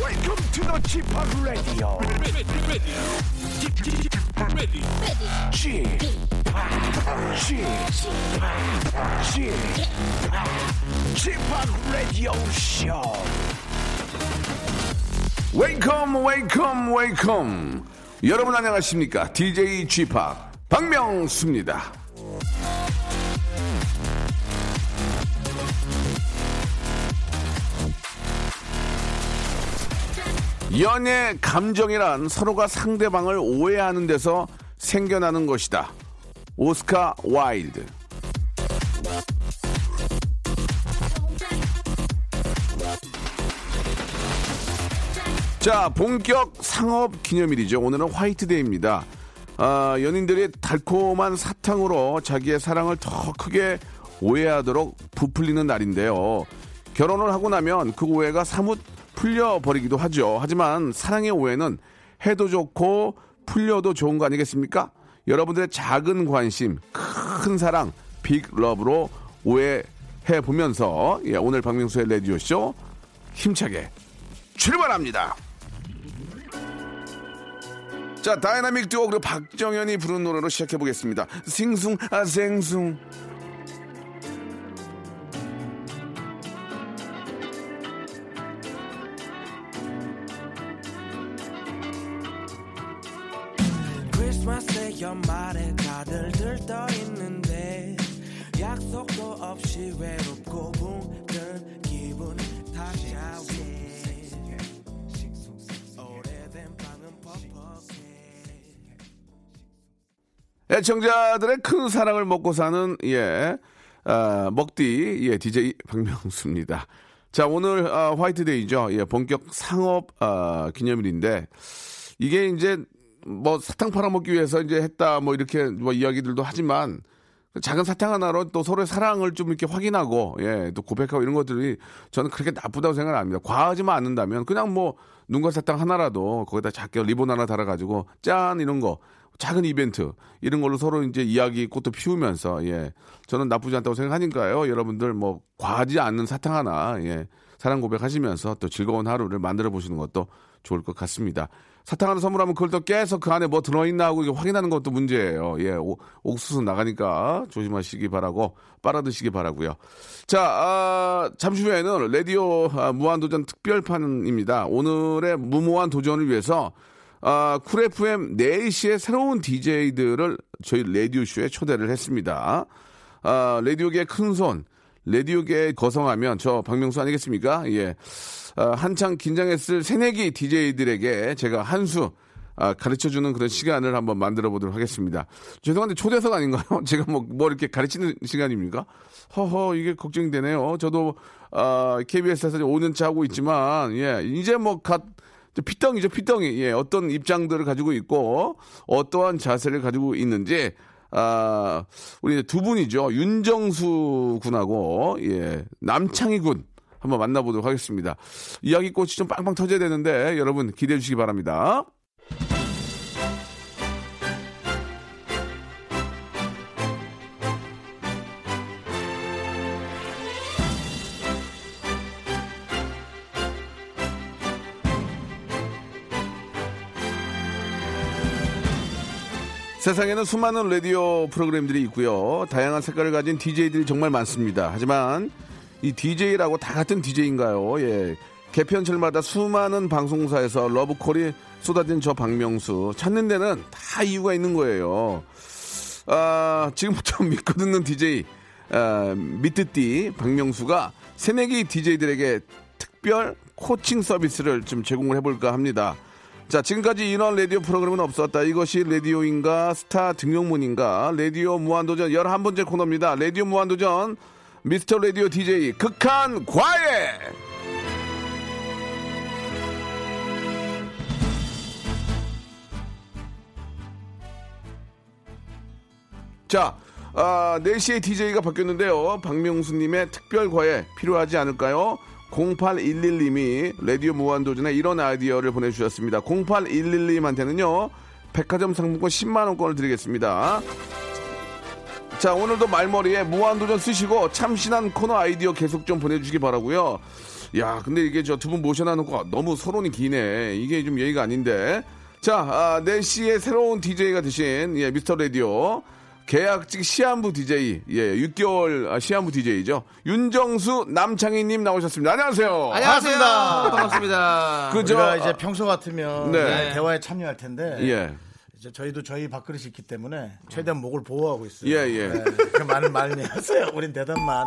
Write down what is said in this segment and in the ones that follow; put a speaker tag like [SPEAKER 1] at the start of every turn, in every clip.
[SPEAKER 1] Welcome to the Chip Radio. Chip, Chip, Chip, Chip Radio Show. Welcome, welcome, welcome. 여러분 안녕하십니까? DJ Chip 박명수입니다. 연애 감정이란 서로가 상대방을 오해하는 데서 생겨나는 것이다. 오스카 와일드. 자, 본격 상업 기념일이죠. 오늘은 화이트데이입니다. 아, 연인들이 달콤한 사탕으로 자기의 사랑을 더 크게 오해하도록 부풀리는 날인데요. 결혼을 하고 나면 그 오해가 사뭇 풀려버리기도 하죠. 하지만 사랑의 오해는 해도 좋고 풀려도 좋은 거 아니겠습니까? 여러분들의 작은 관심, 큰 사랑, 빅 러브로 오해해 보면서 예, 오늘 박명수의 레디오쇼 힘차게 출발합니다. 자, 다이나믹 듀오 그리고 박정현이 부른 노래로 시작해 보겠습니다. 싱숭 아 생숭.
[SPEAKER 2] 크리스마스 연말에 다들 들떠 있는데 약속도 없이 외롭고 붕든 기분 다시 아웃해 오래된 방은 퍽퍽해
[SPEAKER 1] 애청자들의 큰 사랑을 먹고 사는 예 아, 먹디 예 DJ 박명수입니다. 자 오늘 아, 화이트데이죠. 예 본격 상업 아, 기념일인데 이게 이제 뭐 사탕 팔아먹기 위해서 이제 했다 뭐 이렇게 뭐 이야기들도 하지만 그 작은 사탕 하나로 또 서로의 사랑을 좀 이렇게 확인하고 예 또 고백하고 이런 것들이 저는 그렇게 나쁘다고 생각을 합니다. 과하지만 않는다면 그냥 뭐 눈과 사탕 하나라도 거기다 작게 리본 하나 달아가지고 짠 이런 거 작은 이벤트 이런 걸로 서로 이제 이야기 꽃도 피우면서 예 저는 나쁘지 않다고 생각하니까요 여러분들 뭐 과하지 않는 사탕 하나 예 사랑 고백하시면서 또 즐거운 하루를 만들어 보시는 것도 좋을 것 같습니다. 사탕 하나 선물하면 그걸 또 깨서 그 안에 뭐 들어있나 하고 이렇게 확인하는 것도 문제예요. 예, 오- 옥수수 나가니까 조심하시기 바라고 빨아드시기 바라고요. 자, 아, 잠시 후에는 라디오 아, 무한도전 특별판입니다. 오늘의 무모한 도전을 위해서 아, 쿨 FM 4시에 새로운 DJ들을 저희 라디오쇼에 초대를 했습니다. 아, 라디오계의 큰손, 라디오계의 거성하면 저 박명수 아니겠습니까? 예. 아, 한창 긴장했을 새내기 DJ들에게 제가 한 수 아, 가르쳐주는 그런 시간을 한번 만들어 보도록 하겠습니다. 죄송한데 초대석 아닌가요? 제가 뭐, 뭐 이렇게 가르치는 시간입니까? 허허, 이게 걱정되네요. 저도 아, KBS에서 5년차 하고 있지만, 예, 이제 뭐 갓, 이제 피덩이죠, 피덩이. 예, 어떤 입장들을 가지고 있고, 어떠한 자세를 가지고 있는지, 아, 우리 이제 두 분이죠. 윤정수 군하고, 예, 남창희 군. 한번 만나보도록 하겠습니다. 이야기꽃이 좀 빵빵 터져야 되는데, 여러분 기대해 주시기 바랍니다. 세상에는 수많은 라디오 프로그램들이 있고요. 다양한 색깔을 가진 DJ들이 정말 많습니다. 하지만 이 DJ라고 다 같은 DJ인가요? 예. 개편철마다 수많은 방송사에서 러브콜이 쏟아진 저 박명수 찾는 데는 다 이유가 있는 거예요. 아, 지금부터 믿고 듣는 DJ 아, 미트띠 박명수가 새내기 DJ들에게 특별 코칭 서비스를 좀 제공을 해볼까 합니다. 자, 지금까지 인원 라디오 프로그램은 없었다. 이것이 라디오인가 스타 등용문인가 라디오 무한도전 11번째 코너입니다. 라디오 무한도전 미스터 라디오 DJ 극한 과외! 자, 아, 4시에 DJ가 바뀌었는데요. 박명수님의 특별 과외 필요하지 않을까요? 0811님이 라디오 무한도전에 이런 아이디어를 보내주셨습니다. 0811님한테는요, 백화점 상품권 10만원권을 드리겠습니다. 자 오늘도 말머리에 무한도전 쓰시고 참신한 코너 아이디어 계속 좀 보내주시기 바라고요 야, 근데 이게 저 두 분 모셔놔놓고 너무 서론이 기네. 이게 좀 예의가 아닌데. 자, 아, 4시에 새로운 DJ가 되신, 예, 미스터 라디오. 계약직 시한부 DJ, 예, 6개월 아, 시한부 DJ죠. 윤정수 남창희님 나오셨습니다. 안녕하세요.
[SPEAKER 3] 안녕하세요. 반갑습니다.
[SPEAKER 1] 그, 저,
[SPEAKER 4] 우리가
[SPEAKER 1] 아,
[SPEAKER 4] 이제 평소 같으면
[SPEAKER 1] 네.
[SPEAKER 4] 대화에 참여할 텐데
[SPEAKER 1] 예.
[SPEAKER 4] 이제 저희도 저희 밥그릇이 있기 때문에 최대한 목을 보호하고 있어요.
[SPEAKER 1] 예, 예.
[SPEAKER 4] 그 많은 말을 하세요. 우린 대답만.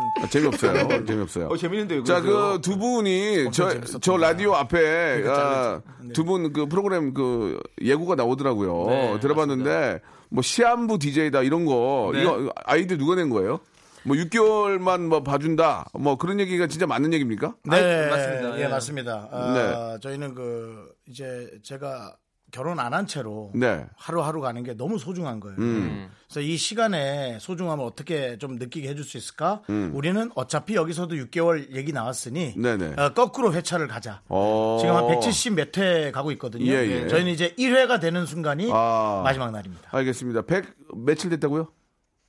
[SPEAKER 1] 아,
[SPEAKER 4] 네.
[SPEAKER 1] 재미없어요. 재미없어요.
[SPEAKER 3] 어, 재밌는데요.
[SPEAKER 1] 자,
[SPEAKER 3] 그래서.
[SPEAKER 1] 그 두 분이 저,
[SPEAKER 4] 재밌었던 그러니까
[SPEAKER 1] 저 라디오 앞에 아,
[SPEAKER 4] 잘렸죠. 네.
[SPEAKER 1] 두 분 그 프로그램 그 예고가 나오더라고요.
[SPEAKER 4] 네,
[SPEAKER 1] 들어봤는데 뭐 시한부 DJ다 이런 거
[SPEAKER 4] 네.
[SPEAKER 1] 이거 아이디 누가 낸 거예요? 뭐 6개월만 뭐 봐준다 뭐 그런 얘기가 진짜 맞는 얘기입니까?
[SPEAKER 4] 네,
[SPEAKER 3] 맞습니다.
[SPEAKER 4] 예,
[SPEAKER 3] 예.
[SPEAKER 4] 맞습니다. 아,
[SPEAKER 1] 네.
[SPEAKER 4] 저희는 그 이제 제가 결혼 안 한 채로
[SPEAKER 1] 네. 음.
[SPEAKER 4] 하루하루 가는 게 너무 소중한 거예요.
[SPEAKER 3] 음.
[SPEAKER 4] 그래서 이 시간에 소중함을 어떻게 좀 느끼게 해줄 수 있을까? 우리는 어차피 여기서도 6개월 얘기 나왔으니
[SPEAKER 1] 음. 네네.
[SPEAKER 4] 어, 거꾸로 회차를 가자.
[SPEAKER 1] 어.
[SPEAKER 4] 지금 한 170 몇 회 가고 있거든요.
[SPEAKER 1] 예, 예.
[SPEAKER 4] 저희는 이제 1회가 되는 순간이
[SPEAKER 1] 아.
[SPEAKER 4] 마지막 날입니다.
[SPEAKER 1] 알겠습니다. 100 며칠 됐다고요?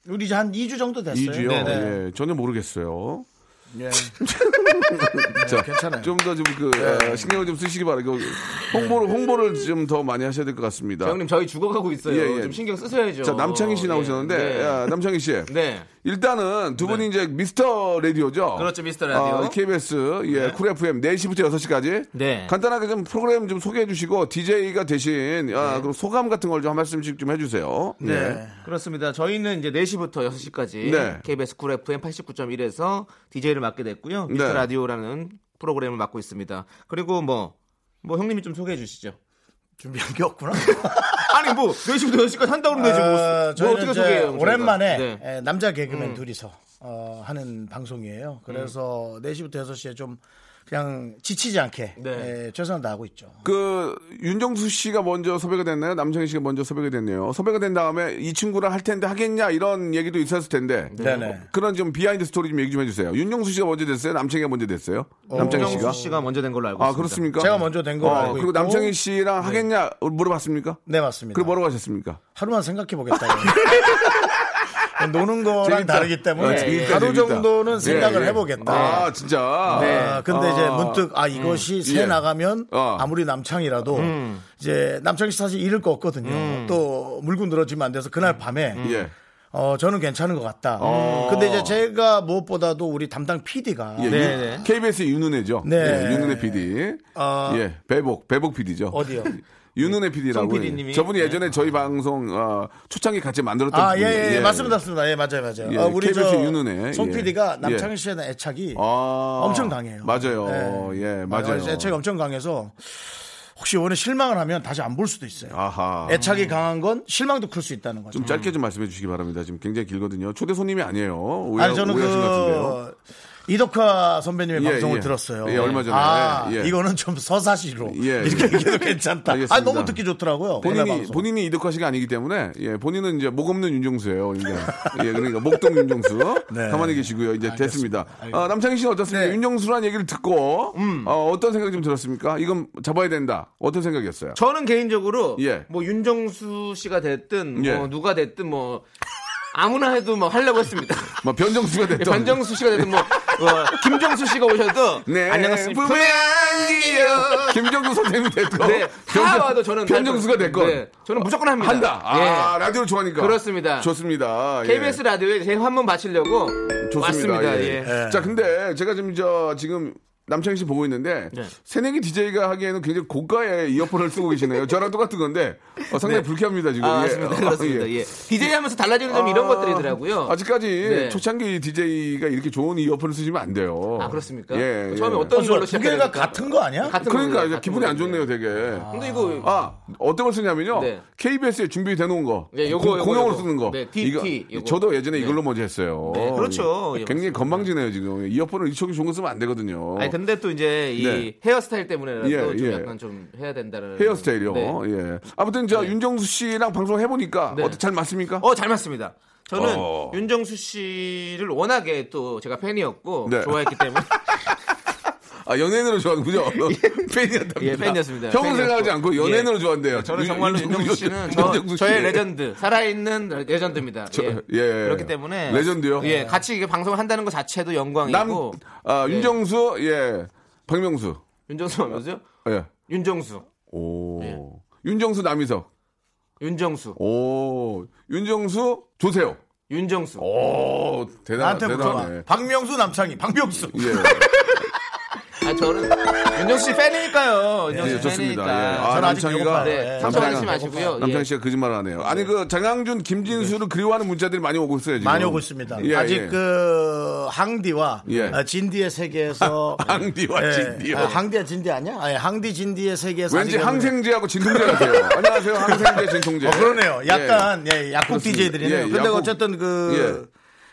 [SPEAKER 4] 우리 이제 한 2주 정도 됐어요.
[SPEAKER 1] 2주요?
[SPEAKER 4] 네네.
[SPEAKER 1] 예, 전혀 모르겠어요.
[SPEAKER 4] 예.
[SPEAKER 1] 자,
[SPEAKER 4] 네, 괜찮아요.
[SPEAKER 1] 좀 더 좀 그
[SPEAKER 3] 네.
[SPEAKER 1] 신경을 좀 쓰시기 바라고 그, 홍보를 홍보를 좀 더 많이 하셔야 될 것 같습니다.
[SPEAKER 3] 형님 저희 죽어가고 있어요.
[SPEAKER 1] 예, 예.
[SPEAKER 3] 좀 신경 쓰셔야죠.
[SPEAKER 1] 자, 남창희 씨 나오셨는데,
[SPEAKER 3] 예, 네.
[SPEAKER 1] 야, 남창희 씨.
[SPEAKER 3] 네.
[SPEAKER 1] 일단은 두 분이 이제 미스터 라디오죠?
[SPEAKER 3] 그렇죠, 미스터 라디오.
[SPEAKER 1] 아, KBS, 예, 쿨 FM 4시부터 6시까지.
[SPEAKER 3] 네.
[SPEAKER 1] 간단하게 좀 프로그램 좀 소개해 주시고, DJ가 대신, 아, 그럼 소감 같은 걸 좀 한 말씀씩 좀 해주세요.
[SPEAKER 3] 네. 그렇습니다. 저희는 이제 4시부터 6시까지
[SPEAKER 1] 예. 네.
[SPEAKER 3] KBS 쿨 FM 89.1에서 DJ를 맡게 됐고요. 미스
[SPEAKER 1] 네.
[SPEAKER 3] 터 라디오라는 프로그램을 맡고 있습니다. 그리고 뭐, 뭐 형님이 좀 소개해 주시죠.
[SPEAKER 4] 준비한 게 없구나.
[SPEAKER 3] 아니 뭐 4시부터 6시까지 한다고 그러면 되지
[SPEAKER 1] 아,
[SPEAKER 4] 어,
[SPEAKER 3] 뭐, 뭐
[SPEAKER 4] 저희는
[SPEAKER 3] 어떻게
[SPEAKER 4] 이제
[SPEAKER 3] 소개해요? 저희가?
[SPEAKER 4] 오랜만에
[SPEAKER 3] 네.
[SPEAKER 4] 에, 남자
[SPEAKER 1] 음.
[SPEAKER 4] 개그맨 둘이서 어, 하는 방송이에요. 그래서 4시부터 6시에 좀 그냥 지치지 않게
[SPEAKER 3] 네.
[SPEAKER 4] 에, 최선을 다하고 있죠.
[SPEAKER 1] 그, 윤정수 씨가 먼저 섭외가 됐나요? 남창희 씨가 먼저 섭외가 됐네요. 섭외가 된 다음에 이 친구랑 할 텐데 하겠냐? 이런 얘기도 있었을 텐데.
[SPEAKER 4] 네네.
[SPEAKER 1] 그런 좀 비하인드 스토리 좀 얘기 좀 해주세요. 윤정수 씨가 먼저 됐어요? 남창희가 먼저 됐어요? 남창희 씨가?
[SPEAKER 3] 정수 씨가 먼저 된 걸로 알고
[SPEAKER 1] 아,
[SPEAKER 3] 있습니다.
[SPEAKER 1] 그렇습니까? 어,
[SPEAKER 4] 제가 먼저 된 걸로 알고 네.
[SPEAKER 1] 그리고
[SPEAKER 4] 있고.
[SPEAKER 1] 남창희 씨랑 하겠냐 물어봤습니까?
[SPEAKER 4] 네 맞습니다.
[SPEAKER 1] 그리고 뭐라고 하셨습니까?
[SPEAKER 4] 하루만 생각해 보겠다고. 노는 거랑
[SPEAKER 1] 재밌다.
[SPEAKER 4] 다르기 때문에
[SPEAKER 1] 어, 재밌다,
[SPEAKER 4] 네. 하루
[SPEAKER 1] 재밌다.
[SPEAKER 4] 정도는
[SPEAKER 1] 예,
[SPEAKER 4] 생각을
[SPEAKER 1] 예.
[SPEAKER 4] 해보겠다.
[SPEAKER 1] 아, 진짜.
[SPEAKER 4] 아, 근데 이제 문득 아 이것이 새
[SPEAKER 1] 네. 어. 예.
[SPEAKER 4] 나가면
[SPEAKER 1] 어. 음.
[SPEAKER 4] 아무리 남창이라도 이제 남창이 사실 잃을 거 없거든요. 또 물고 늘어지면 안 돼서 그날 밤에
[SPEAKER 1] 예. 어.
[SPEAKER 4] 어 저는 괜찮은 것 같다. 근데 이제 제가 무엇보다도 우리 담당 PD가
[SPEAKER 1] 예,
[SPEAKER 3] 네,
[SPEAKER 1] 윤-
[SPEAKER 3] 네.
[SPEAKER 1] KBS 윤은혜죠.
[SPEAKER 4] 네.
[SPEAKER 1] 예, 윤은혜 PD.
[SPEAKER 4] 아.
[SPEAKER 1] 예, 배복, 배복 PD죠.
[SPEAKER 4] 어디요?
[SPEAKER 1] 윤은혜 PD라고.
[SPEAKER 3] 송 PD 님이.
[SPEAKER 1] 저분이
[SPEAKER 3] 네.
[SPEAKER 1] 예전에 저희 방송 어, 초창기 같이 만들었던
[SPEAKER 4] 아, 예,
[SPEAKER 1] 분이에요.
[SPEAKER 4] 예, 맞습니다, 맞습니다. 예, 맞아요, 맞아요.
[SPEAKER 1] 예,
[SPEAKER 4] 어, 우리
[SPEAKER 1] KBS
[SPEAKER 4] 저
[SPEAKER 1] 윤은혜.
[SPEAKER 4] 송
[SPEAKER 1] 예.
[SPEAKER 4] PD가
[SPEAKER 1] 예.
[SPEAKER 4] 남창희 씨에 대한 애착이
[SPEAKER 1] 아.
[SPEAKER 4] 엄청 강해요. 네.
[SPEAKER 1] 맞아요. 예, 맞아요.
[SPEAKER 4] 애착이 엄청 강해서 혹시 이번에 실망을 하면 다시 안 볼 수도 있어요.
[SPEAKER 1] 아하.
[SPEAKER 4] 애착이 강한 건 실망도 클 수 있다는 거죠.
[SPEAKER 1] 좀 짧게 좀 말씀해 주시기 바랍니다. 지금 굉장히 길거든요. 초대 손님이 아니에요. 오해,
[SPEAKER 4] 아니 저는
[SPEAKER 1] 오해하신 것 같은데요.
[SPEAKER 4] 그 이덕화 선배님의
[SPEAKER 1] 예,
[SPEAKER 4] 방송을
[SPEAKER 1] 예.
[SPEAKER 4] 들었어요.
[SPEAKER 1] 예, 얼마 전에.
[SPEAKER 4] 아,
[SPEAKER 1] 예.
[SPEAKER 4] 이거는 좀 서사시로
[SPEAKER 1] 예, 예.
[SPEAKER 4] 이렇게 얘기해도 괜찮다.
[SPEAKER 1] 알겠습니다.
[SPEAKER 4] 아 너무 듣기
[SPEAKER 3] 네,
[SPEAKER 4] 좋더라고요. 옛날
[SPEAKER 1] 본인이
[SPEAKER 4] 방송. 어,
[SPEAKER 1] 본인이 이덕화 씨가 아니기 때문에 예 본인은 이제 목 없는 윤종수예요. 이제 예 그러니까 목동 윤종수
[SPEAKER 4] 네.
[SPEAKER 1] 가만히 계시고요. 이제 됐습니다.
[SPEAKER 4] 알겠습니다.
[SPEAKER 1] 아, 남창희 씨는 어떻습니까?
[SPEAKER 4] 네.
[SPEAKER 1] 윤종수란 얘기를 듣고
[SPEAKER 3] 음.
[SPEAKER 1] 어, 어떤 생각 좀 들었습니까? 이건 잡아야 된다. 어떤 생각이었어요?
[SPEAKER 3] 저는 개인적으로
[SPEAKER 1] 예.
[SPEAKER 3] 뭐 윤정수 씨가 됐든 뭐
[SPEAKER 1] 예.
[SPEAKER 3] 누가 됐든 뭐 아무나 해도 뭐 하려고 했습니다.
[SPEAKER 1] 뭐 변정수가 됐던
[SPEAKER 3] 예, 변정수 씨가 됐든 뭐 어, 김정수 씨가 오셔도
[SPEAKER 1] 네.
[SPEAKER 3] 안녕하십니까.
[SPEAKER 1] 붐의
[SPEAKER 3] 안기요.
[SPEAKER 1] 김정수 선생님 됐고
[SPEAKER 3] 네, 다 와도 저는
[SPEAKER 1] 변정수가
[SPEAKER 3] 날
[SPEAKER 1] 됐건
[SPEAKER 3] 거- 네, 저는 무조건 합니다.
[SPEAKER 1] 한다. 아
[SPEAKER 3] 예.
[SPEAKER 1] 라디오를 좋아하니까
[SPEAKER 3] 그렇습니다.
[SPEAKER 1] 좋습니다. 예.
[SPEAKER 3] KBS 라디오에 제 한번 바치려고 왔습니다. 예.
[SPEAKER 1] 예. 자, 근데 제가 지금 저 지금 남창희 씨 보고 있는데
[SPEAKER 3] 네.
[SPEAKER 1] 새내기 DJ가 하기에는 굉장히 고가의 이어폰을 쓰고 계시네요. 저랑 똑같은 건데 어, 상당히 불쾌합니다 지금.
[SPEAKER 3] 아,
[SPEAKER 1] 예. 어,
[SPEAKER 3] 맞습니다. 그렇습니다.
[SPEAKER 1] 예. 아,
[SPEAKER 3] 예. DJ 하면서 달라지는 점이 이런 것들이더라고요.
[SPEAKER 1] 아직까지
[SPEAKER 3] 네.
[SPEAKER 1] 초창기 DJ가 이렇게 좋은 이어폰을 쓰시면 안 돼요.
[SPEAKER 3] 아, 그렇습니까?
[SPEAKER 1] 예,
[SPEAKER 3] 처음에
[SPEAKER 1] 예.
[SPEAKER 3] 어떤 걸로
[SPEAKER 4] 뭐 두
[SPEAKER 3] 시작해야
[SPEAKER 4] 개가
[SPEAKER 3] 됩니까?
[SPEAKER 4] 같은 거 아니야?
[SPEAKER 3] 같은
[SPEAKER 1] 그러니까
[SPEAKER 3] 걸로,
[SPEAKER 1] 이제
[SPEAKER 3] 같은
[SPEAKER 1] 기분이 안
[SPEAKER 3] 걸로.
[SPEAKER 1] 좋네요, 되게.
[SPEAKER 3] 근데 이거
[SPEAKER 1] 아, 어떤 걸 쓰냐면요.
[SPEAKER 3] 네.
[SPEAKER 1] KBS에 준비해 놓은 거.
[SPEAKER 3] 네, 요거,
[SPEAKER 1] 공-
[SPEAKER 3] 요거,
[SPEAKER 1] 공용으로
[SPEAKER 3] 요거.
[SPEAKER 1] 쓰는 거.
[SPEAKER 3] 네, DT, 요거.
[SPEAKER 1] 저도 예전에
[SPEAKER 3] 네.
[SPEAKER 1] 이걸로 먼저 했어요.
[SPEAKER 3] 네, 그렇죠. 예,
[SPEAKER 1] 굉장히 건방지네요, 지금. 이어폰을 이쪽이 좋은 거 쓰면 안 되거든요.
[SPEAKER 3] 아니 근데 또 이제 이
[SPEAKER 1] 어. 네.
[SPEAKER 3] 헤어스타일 때문에라도
[SPEAKER 1] 예,
[SPEAKER 3] 좀
[SPEAKER 1] 예.
[SPEAKER 3] 약간 좀 해야 된다는
[SPEAKER 1] 헤어스타일이요.
[SPEAKER 3] 네.
[SPEAKER 1] 예. 아무튼 저 윤정수 씨랑 방송 해보니까
[SPEAKER 3] 네.
[SPEAKER 1] 어떻게 잘 맞습니까?
[SPEAKER 3] 어, 잘 맞습니다. 저는
[SPEAKER 1] 어.
[SPEAKER 3] 윤정수 씨를 워낙에 또 제가 팬이었고
[SPEAKER 1] 네.
[SPEAKER 3] 좋아했기 때문에
[SPEAKER 1] 아 연예인으로 좋아하는군요. 팬이었답니다.
[SPEAKER 3] 예, 팬이었습니다.
[SPEAKER 1] 형은
[SPEAKER 3] 팬이었고.
[SPEAKER 1] 생각하지 않고 연예인으로 좋아한대요.
[SPEAKER 3] 저는 정말로 윤정수 씨는
[SPEAKER 1] 윤정수
[SPEAKER 3] 저, 의
[SPEAKER 1] 씨.
[SPEAKER 3] 레전드 살아있는 레전드입니다. 예.
[SPEAKER 1] 예.
[SPEAKER 3] 그렇기 때문에
[SPEAKER 1] 레전드요?
[SPEAKER 3] 예, 같이 이게 방송을 한다는 것 자체도 영광이고
[SPEAKER 1] 남, 아,
[SPEAKER 3] 예.
[SPEAKER 1] 윤정수, 예. 박명수.
[SPEAKER 3] 윤정수 하면서요?
[SPEAKER 1] 예.
[SPEAKER 3] 윤정수.
[SPEAKER 1] 오.
[SPEAKER 3] 예.
[SPEAKER 1] 윤정수 남희석. 어.
[SPEAKER 3] 윤정수.
[SPEAKER 1] 오. 윤정수 조세호.
[SPEAKER 3] 윤정수.
[SPEAKER 1] 오. 대단
[SPEAKER 4] 나한테
[SPEAKER 1] 대단해.
[SPEAKER 4] 물어봐. 박명수 남창희, 박명수.
[SPEAKER 1] 예.
[SPEAKER 3] 아, 저는 윤정수 씨 팬이니까요. 윤정수
[SPEAKER 1] 예,
[SPEAKER 3] 씨
[SPEAKER 1] 좋습니다.
[SPEAKER 3] 팬이니까.
[SPEAKER 1] 예. 아,
[SPEAKER 4] 저는 아직
[SPEAKER 1] 남창이가
[SPEAKER 4] 배고파요.
[SPEAKER 3] 네,
[SPEAKER 4] 예.
[SPEAKER 3] 상처받지
[SPEAKER 1] 남편아,
[SPEAKER 3] 마시고요.
[SPEAKER 1] 남창
[SPEAKER 3] 예.
[SPEAKER 1] 씨가 거짓말 안 해요. 아니 그 장항준, 김진수를 그리워하는 문자들이 많이 오고 있어요 지금.
[SPEAKER 4] 많이 오고 있습니다.
[SPEAKER 1] 예,
[SPEAKER 4] 아직
[SPEAKER 1] 예.
[SPEAKER 4] 그 항디와
[SPEAKER 1] 예. 아,
[SPEAKER 4] 어, 진디의 세계에서
[SPEAKER 1] 항디와 뭐 진디요.
[SPEAKER 4] 아, 항디와 진디 아니야? 아니, 항디 진디의 세계에서
[SPEAKER 1] 왠지
[SPEAKER 4] 아직은-
[SPEAKER 1] 항생제하고 진통제 같아요. 안녕하세요, 항생제, 진통제.
[SPEAKER 4] 어, 그러네요. 약간
[SPEAKER 1] 예.
[SPEAKER 4] 예, 약국
[SPEAKER 1] 그렇습니다.
[SPEAKER 4] DJ들이네요.
[SPEAKER 1] 예,
[SPEAKER 4] 근데
[SPEAKER 1] 약국- 예.
[SPEAKER 4] 어쨌든 그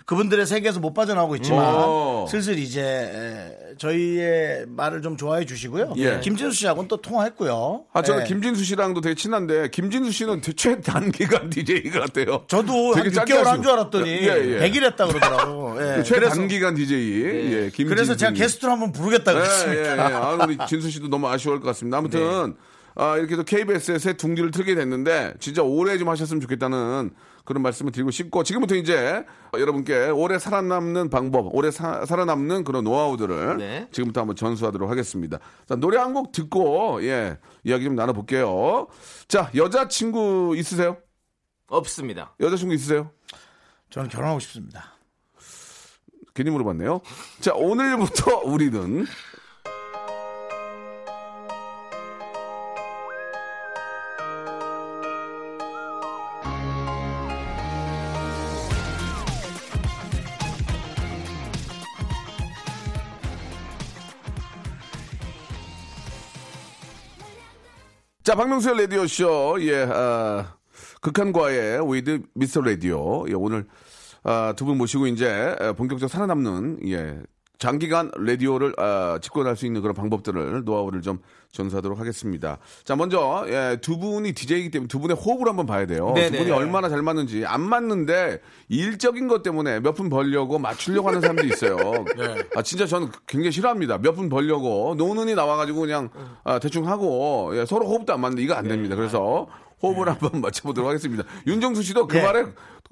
[SPEAKER 4] 그분들의 세계에서 못 빠져나오고 있지만
[SPEAKER 1] 오.
[SPEAKER 4] 슬슬 이제 에, 저희의 말을 좀 좋아해 주시고요.
[SPEAKER 1] 예.
[SPEAKER 4] 김진수 씨하고는 또 통화했고요.
[SPEAKER 1] 아 저는
[SPEAKER 4] 예.
[SPEAKER 1] 김진수 씨랑도 되게 친한데 김진수 씨는 최 단기간 DJ 같아요.
[SPEAKER 4] 저도 한
[SPEAKER 1] 되게 짧게
[SPEAKER 4] 6개월 한
[SPEAKER 1] 하시고.
[SPEAKER 4] 줄 알았더니
[SPEAKER 1] 예, 예.
[SPEAKER 4] 100일 했다 그러더라고. 예. 그래서,
[SPEAKER 1] 최단기간 DJ. 예, 김진수.
[SPEAKER 4] 그래서 제가
[SPEAKER 1] 님.
[SPEAKER 4] 게스트로 한번 부르겠다
[SPEAKER 1] 예,
[SPEAKER 4] 그랬습니다. 네.
[SPEAKER 1] 예, 예. 아, 우리 진수 씨도 너무 아쉬울 것 같습니다. 아무튼 아, 이렇게 또 KBS의 새 둥지를 틀게 됐는데 진짜 오래 좀 하셨으면 좋겠다는 그런 말씀을 드리고 싶고 지금부터 이제 여러분께 오래 살아남는 방법, 오래 사- 살아남는 그런 노하우들을
[SPEAKER 3] 네.
[SPEAKER 1] 지금부터 한번 전수하도록 하겠습니다. 자, 노래 한 곡 듣고 예, 이야기 좀 나눠볼게요. 자, 여자친구 있으세요?
[SPEAKER 3] 없습니다.
[SPEAKER 1] 여자친구 있으세요?
[SPEAKER 4] 저는 결혼하고 싶습니다.
[SPEAKER 1] 괜히 물어봤네요. 자, 오늘부터 우리는 자, 박명수의 라디오쇼, 예, 아, 극한과의 위드 미스터 라디오. 예, 오늘, 아, 두 분 모시고 이제 에, 본격적으로 살아남는, 예, 장기간 라디오를, 아, 집권할 수 있는 그런 방법들을, 노하우를 좀 전수하도록 하겠습니다. 자, 먼저, 예, 두 분이 DJ이기 때문에 두 분의 호흡을 한번 봐야 돼요. 두
[SPEAKER 3] 네네.
[SPEAKER 1] 분이 얼마나 잘 맞는지. 안 맞는데, 일적인 것 때문에 몇 분 벌려고 맞추려고 하는 사람도 있어요.
[SPEAKER 4] 네.
[SPEAKER 1] 아, 진짜 저는 굉장히 싫어합니다. 몇 분 벌려고. 노는이 나와가지고 그냥, 아, 대충 하고, 예, 서로 호흡도 안 맞는데 이거
[SPEAKER 4] 네.
[SPEAKER 1] 안 됩니다. 그래서 호흡을 한번 맞춰보도록 하겠습니다. 윤정수 씨도 그
[SPEAKER 4] 네.
[SPEAKER 1] 말에,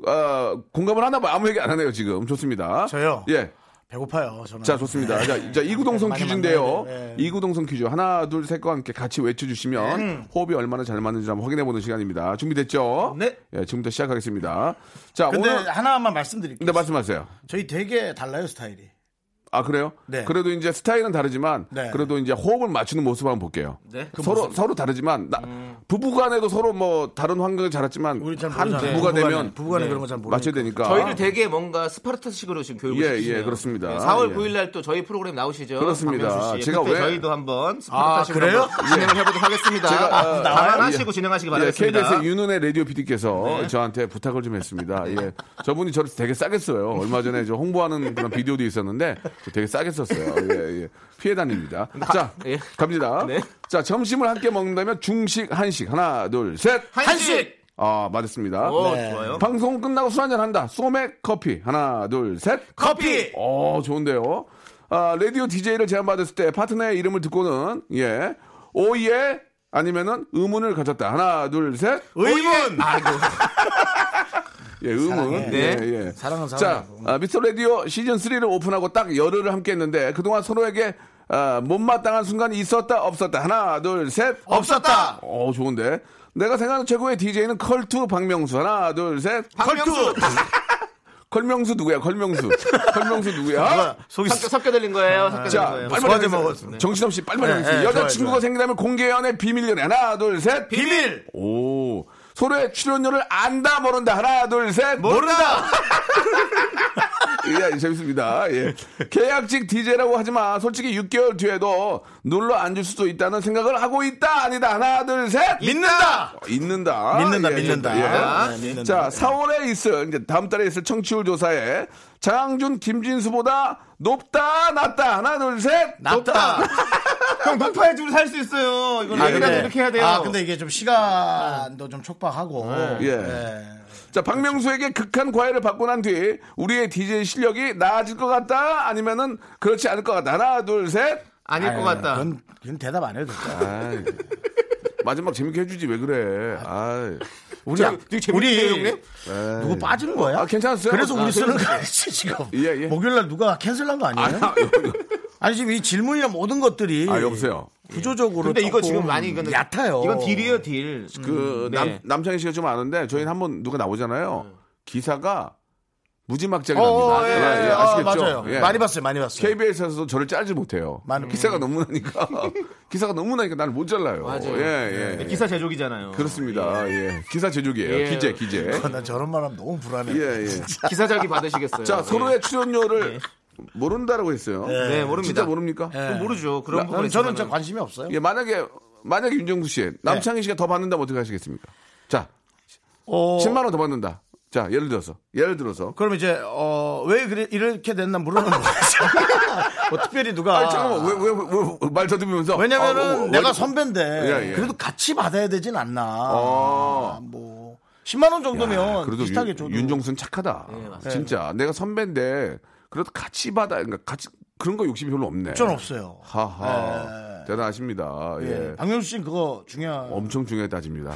[SPEAKER 1] 아, 공감을 하나 봐요. 아무 얘기 안 하네요, 지금. 좋습니다.
[SPEAKER 4] 저요?
[SPEAKER 1] 예.
[SPEAKER 4] 배고파요. 저는.
[SPEAKER 1] 자, 좋습니다. 자, 자, 이구동성
[SPEAKER 4] 네, 많이
[SPEAKER 1] 퀴즈인데요.
[SPEAKER 4] 만나야 돼요. 예.
[SPEAKER 1] 이구동성 퀴즈. 하나, 둘, 셋과 함께 같이 외쳐주시면 호흡이 얼마나 잘 맞는지 한번 확인해보는 시간입니다. 준비됐죠?
[SPEAKER 4] 네. 네.
[SPEAKER 1] 예, 지금부터 시작하겠습니다. 자,
[SPEAKER 4] 근데
[SPEAKER 1] 오늘.
[SPEAKER 4] 하나만 말씀드릴게요.
[SPEAKER 1] 네, 말씀하세요.
[SPEAKER 4] 저희 되게 달라요 스타일이.
[SPEAKER 1] 아 그래요?
[SPEAKER 4] 네.
[SPEAKER 1] 그래도 이제 스타일은 다르지만
[SPEAKER 4] 네. 그
[SPEAKER 1] 그래도 이제 호흡을 맞추는 모습 한번 볼게요.
[SPEAKER 3] 네.
[SPEAKER 1] 서로 서로 다르지만 나- 부부간에도 서로 뭐 다른 환경에 자랐지만
[SPEAKER 4] 음. 우리 잘
[SPEAKER 1] 한
[SPEAKER 4] 모르잖아요.
[SPEAKER 1] 부부가
[SPEAKER 4] 부부간에,
[SPEAKER 1] 되면
[SPEAKER 4] 부부간에
[SPEAKER 3] 네.
[SPEAKER 4] 그런 거 잘 모르니까.
[SPEAKER 1] 맞춰야 되니까.
[SPEAKER 3] 저희를 되게 뭔가 스파르타식으로 지금 교육을
[SPEAKER 1] 아. 예,
[SPEAKER 3] 시키네요.
[SPEAKER 1] 예, 그렇습니다.
[SPEAKER 3] 4월
[SPEAKER 1] 예.
[SPEAKER 3] 9일 날 또 저희 프로그램 나오시죠.
[SPEAKER 1] 그렇습니다.
[SPEAKER 3] 박명수 씨.
[SPEAKER 1] 제가
[SPEAKER 3] 그때
[SPEAKER 1] 왜- 예.
[SPEAKER 3] 저희도 한번
[SPEAKER 4] 아,
[SPEAKER 3] 스파르타식으로
[SPEAKER 4] 그래요?
[SPEAKER 3] 한번 진행을 해보도록 하겠습니다.
[SPEAKER 1] 제가, 아,
[SPEAKER 3] 다만
[SPEAKER 1] 나와요?
[SPEAKER 3] 하시고 진행하시기
[SPEAKER 1] 예,
[SPEAKER 3] 바라겠습니다.
[SPEAKER 1] KBS의 윤은혜 라디오 PD께서
[SPEAKER 3] 네.
[SPEAKER 1] 저한테 부탁을 좀 했습니다. 예. 저분이 저를 되게 싸게 써요. 얼마 전에 저 홍보하는 그런 비디오도 있었는데 저 되게 싸게 썼어요. 예, 예. 피해 다닙니다. 자,
[SPEAKER 3] 예.
[SPEAKER 1] 갑니다.
[SPEAKER 3] 네.
[SPEAKER 1] 자, 점심을 함께 먹는다면 중식, 한식. 하나, 둘, 셋.
[SPEAKER 3] 한식.
[SPEAKER 1] 아, 맞았습니다.
[SPEAKER 3] 오, 네. 좋아요.
[SPEAKER 1] 방송 끝나고 술 한잔 한다. 소맥 커피. 하나, 둘, 셋.
[SPEAKER 3] 커피.
[SPEAKER 1] 어, 좋은데요. 아, 라디오 DJ를 제안받았을 때 파트너의 이름을 듣고는 예. 오예 아니면은 의문을 가졌다. 하나, 둘, 셋.
[SPEAKER 4] 의문.
[SPEAKER 1] 아, 예, 의문.
[SPEAKER 4] 사랑해.
[SPEAKER 1] 예,
[SPEAKER 3] 네.
[SPEAKER 1] 예.
[SPEAKER 4] 사랑은
[SPEAKER 1] 자,
[SPEAKER 4] 사랑하고.
[SPEAKER 1] 아, 미스터 라디오 시즌 3를 오픈하고 딱 열흘을 함께 했는데 그동안 서로에게 아, 못마땅한 순간이 있었다, 없었다. 하나, 둘, 셋.
[SPEAKER 4] 없었다.
[SPEAKER 1] 어, 좋은데. 내가 생각하는 최고의 DJ는 컬투 박명수. 하나, 둘, 셋. 아,
[SPEAKER 3] 박명수.
[SPEAKER 1] 컬명수 누구야? 컬명수. 컬명수 누구야?
[SPEAKER 4] 속이
[SPEAKER 3] 섞여, 섞여 들린 거예요. 섞여 들린
[SPEAKER 1] 자,
[SPEAKER 3] 거예요.
[SPEAKER 1] 빨리빨리
[SPEAKER 4] 소화제
[SPEAKER 1] 하겠습니다.
[SPEAKER 4] 먹었습니다.
[SPEAKER 1] 정신없이 빨리빨리
[SPEAKER 4] 네,
[SPEAKER 1] 하겠습니다.
[SPEAKER 4] 네,
[SPEAKER 1] 여자친구가
[SPEAKER 4] 좋아요, 좋아요.
[SPEAKER 1] 생기다면 공개 연애 비밀 연애. 하나, 둘, 셋.
[SPEAKER 4] 비밀.
[SPEAKER 1] 오. 서로의 출연료를 안다, 모른다. 하나, 둘, 셋.
[SPEAKER 4] 뭐? 모른다.
[SPEAKER 1] 예, 재밌습니다. 예. 계약직 DJ라고 하지만 솔직히 6개월 뒤에도 눌러 앉을 수도 있다는 생각을 하고 있다, 아니다. 하나, 둘, 셋.
[SPEAKER 4] 믿는다.
[SPEAKER 1] 있는다.
[SPEAKER 4] 예. 믿는다.
[SPEAKER 1] 예,
[SPEAKER 4] 믿는다.
[SPEAKER 1] 예.
[SPEAKER 4] 네, 믿는다.
[SPEAKER 1] 자, 4월에 있을 이제 다음 달에 있을 청취율 조사에 장항준, 김진수보다 높다, 낮다. 하나, 둘, 셋.
[SPEAKER 4] 낮다.
[SPEAKER 3] 형 높아야지 우리 살 수 있어요. 이거
[SPEAKER 1] 아,
[SPEAKER 3] 아,
[SPEAKER 1] 근데-
[SPEAKER 3] 이렇게 해야 돼요.
[SPEAKER 4] 아, 근데 이게 좀 시간도 좀 촉박하고.
[SPEAKER 1] 예.
[SPEAKER 4] 예.
[SPEAKER 1] 자, 박명수에게 극한 과외를 받고 난 뒤 우리의 DJ 실력이 나아질 것 같다, 아니면은 그렇지 않을 것 같다. 하나, 둘, 셋.
[SPEAKER 3] 아닐 것
[SPEAKER 4] 아유,
[SPEAKER 3] 같다.
[SPEAKER 4] 그건, 그건 대답 안 해도 될까?
[SPEAKER 1] 아이, 마지막 재밌게 해주지 왜 그래? 아,
[SPEAKER 4] 우리
[SPEAKER 3] 저, 되게 재밌네요, 형님.
[SPEAKER 4] 누구 빠진 거야?
[SPEAKER 1] 예. 아 괜찮았어요.
[SPEAKER 4] 그래서
[SPEAKER 1] 아,
[SPEAKER 4] 우리 쓰는 거 아니지 지금?
[SPEAKER 1] 예, 예.
[SPEAKER 4] 목요일 날 누가 캔슬한 거 아니에요?
[SPEAKER 1] 아,
[SPEAKER 4] 아니 지금 이 질문이나 모든 것들이
[SPEAKER 1] 아, 여보세요.
[SPEAKER 4] 구조적으로
[SPEAKER 3] 근데 이거
[SPEAKER 4] 조금
[SPEAKER 3] 지금 많이 이건
[SPEAKER 4] 얕아요.
[SPEAKER 3] 이건 딜이에요 딜.
[SPEAKER 1] 그
[SPEAKER 3] 음,
[SPEAKER 1] 남,
[SPEAKER 3] 네.
[SPEAKER 1] 남창희 씨가 좀 아는데 저희는 한번 누가 나오잖아요. 기사가 무지막지하게
[SPEAKER 4] 음. 어,
[SPEAKER 1] 납니다.
[SPEAKER 4] 예, 예, 아, 맞아요.
[SPEAKER 1] 예.
[SPEAKER 4] 많이 봤어요, 음. 많이 봤어요.
[SPEAKER 1] KBS에서도 저를 짤지 못해요.
[SPEAKER 4] 많은
[SPEAKER 1] 기사가 너무 나니까 기사가 너무 나니까 나를 못 잘라요.
[SPEAKER 3] 맞아요.
[SPEAKER 4] 네.
[SPEAKER 1] 예, 예.
[SPEAKER 3] 기사 제조기잖아요.
[SPEAKER 1] 그렇습니다. 예. 기사 제조기예요.
[SPEAKER 3] 예.
[SPEAKER 1] 기재, 기재.
[SPEAKER 4] 나 아, 저런 말 하면 너무 불안해.
[SPEAKER 1] 예, 예.
[SPEAKER 3] 기사 자기 받으시겠어요.
[SPEAKER 1] 자,
[SPEAKER 3] 예.
[SPEAKER 1] 서로의 출연료를 모른다라고 했어요.
[SPEAKER 3] 네, 모릅니다.
[SPEAKER 1] 진짜 모릅니까?
[SPEAKER 4] 예.
[SPEAKER 3] 그건 모르죠. 그런
[SPEAKER 4] 저는
[SPEAKER 3] 부분에
[SPEAKER 4] 저는
[SPEAKER 3] 있어서는.
[SPEAKER 4] 진짜 관심이 없어요.
[SPEAKER 1] 예, 만약에 만약에 윤정수 씨,
[SPEAKER 4] 예.
[SPEAKER 1] 남창희 씨가 더 받는다면 어떻게 하시겠습니까? 자,
[SPEAKER 4] 어,
[SPEAKER 1] 10만 원 더 받는다. 자, 예를 들어서. 예를 들어서.
[SPEAKER 4] 그럼 이제 어, 왜 그래, 이렇게 됐나 물어보는 거죠. 뭐 특별히 누가
[SPEAKER 1] 아니, 잠깐만. 왜 왜 왜 말더 들으면서
[SPEAKER 4] 왜냐면은
[SPEAKER 1] 아, 뭐, 뭐,
[SPEAKER 4] 내가
[SPEAKER 1] 왜-
[SPEAKER 4] 선배인데
[SPEAKER 1] 예, 예.
[SPEAKER 4] 그래도 같이 받아야 되진 않나.
[SPEAKER 1] 아.
[SPEAKER 4] 뭐 10만 원 정도면
[SPEAKER 1] 야, 그래도
[SPEAKER 4] 아, 비슷하게
[SPEAKER 1] 윤-
[SPEAKER 4] 줘도 예,
[SPEAKER 1] 윤종수는 착하다.
[SPEAKER 3] 맞습니다.
[SPEAKER 1] 진짜 내가 선배인데 그래도 같이 받아 그러니까 같이 그런 거 욕심이 별로 없네.
[SPEAKER 4] 전 없어요.
[SPEAKER 1] 하하. 대단하십니다. 예.
[SPEAKER 4] 예. 박명수 씨는 그거 중요한.
[SPEAKER 1] 엄청 중요하게 따집니다.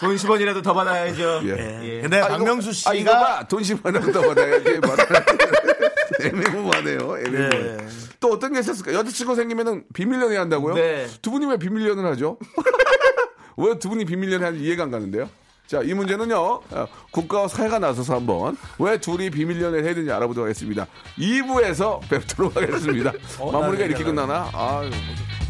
[SPEAKER 3] 돈 10원이라도 더 받아야죠.
[SPEAKER 1] 예.
[SPEAKER 3] 예.
[SPEAKER 4] 근데
[SPEAKER 1] 아, 이거-
[SPEAKER 4] 박명수
[SPEAKER 1] 아, 이거
[SPEAKER 4] 씨가
[SPEAKER 1] 봐. 돈 10만 원더 받아야지. 받아야 애매모호하네요. 애매모호.
[SPEAKER 4] 예.
[SPEAKER 1] 또 어떤 게 있었을까? 여자친구 생기면은 비밀 연애 한다고요?
[SPEAKER 3] 네.
[SPEAKER 1] 두 분이 왜 비밀 연애를 하죠? 왜 두 분이 비밀 연애 하는지 이해가 안 가는데요? 자, 이 문제는요. 어, 국가와 사회가 나서서 한번 왜 둘이 비밀 연애를 해야 되는지 알아보도록 하겠습니다. 2부에서 뵙도록 하겠습니다. 마무리가 이렇게 끝나나? 아유. 뭐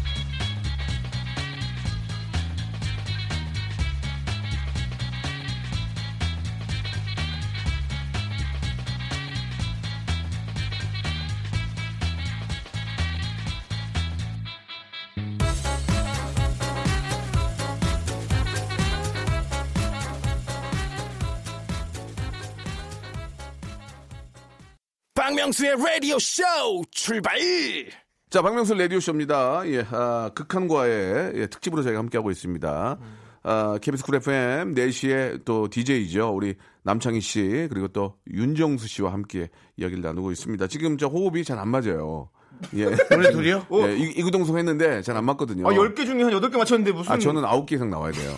[SPEAKER 5] 박명수의 라디오 쇼 출발!
[SPEAKER 1] 자, 박명수 라디오쇼입니다. 예, 아, 극한과의 예, 특집으로 저희가 함께하고 있습니다. 아, KBS 쿨 FM 4시에 또 DJ죠. 우리 남창희 씨, 그리고 또 윤정수 씨와 함께 이야기를 나누고 있습니다. 지금 저 호흡이 잘 안 맞아요. 예.
[SPEAKER 4] 우리 둘이요?
[SPEAKER 1] 예, 이- 이구동성 했는데 잘 안 맞거든요.
[SPEAKER 3] 어. 아, 10개 중에 한 8개 맞췄는데 무슨.
[SPEAKER 1] 아, 저는 9개 이상 나와야 돼요.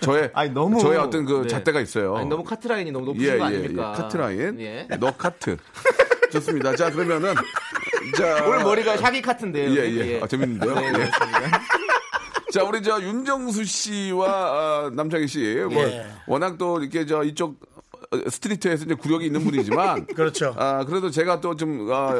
[SPEAKER 1] 저의,
[SPEAKER 3] 아니, 너무-
[SPEAKER 1] 저의 어떤 그
[SPEAKER 3] 네.
[SPEAKER 1] 잣대가 있어요.
[SPEAKER 3] 아니, 너무 카트라인이 너무 높은 거 아닙니까?
[SPEAKER 1] 예, 카트라인. 네.
[SPEAKER 3] 예.
[SPEAKER 1] 너 카트. 좋습니다. 자, 그러면은. 자.
[SPEAKER 3] 오늘 머리가 샤기 카트인데요.
[SPEAKER 1] 예, 예. 아, 재밌는데요?
[SPEAKER 3] 네,
[SPEAKER 1] 예.
[SPEAKER 3] 그렇습니다.
[SPEAKER 1] 자, 우리 저 윤정수 씨와 아, 남창희 씨, 뭐
[SPEAKER 4] 예.
[SPEAKER 1] 워낙 또 이렇게 저 이쪽 어, 스트리트에서 이제 구력이 있는 분이지만,
[SPEAKER 4] 그렇죠.
[SPEAKER 1] 아 그래도 제가 또 좀 아,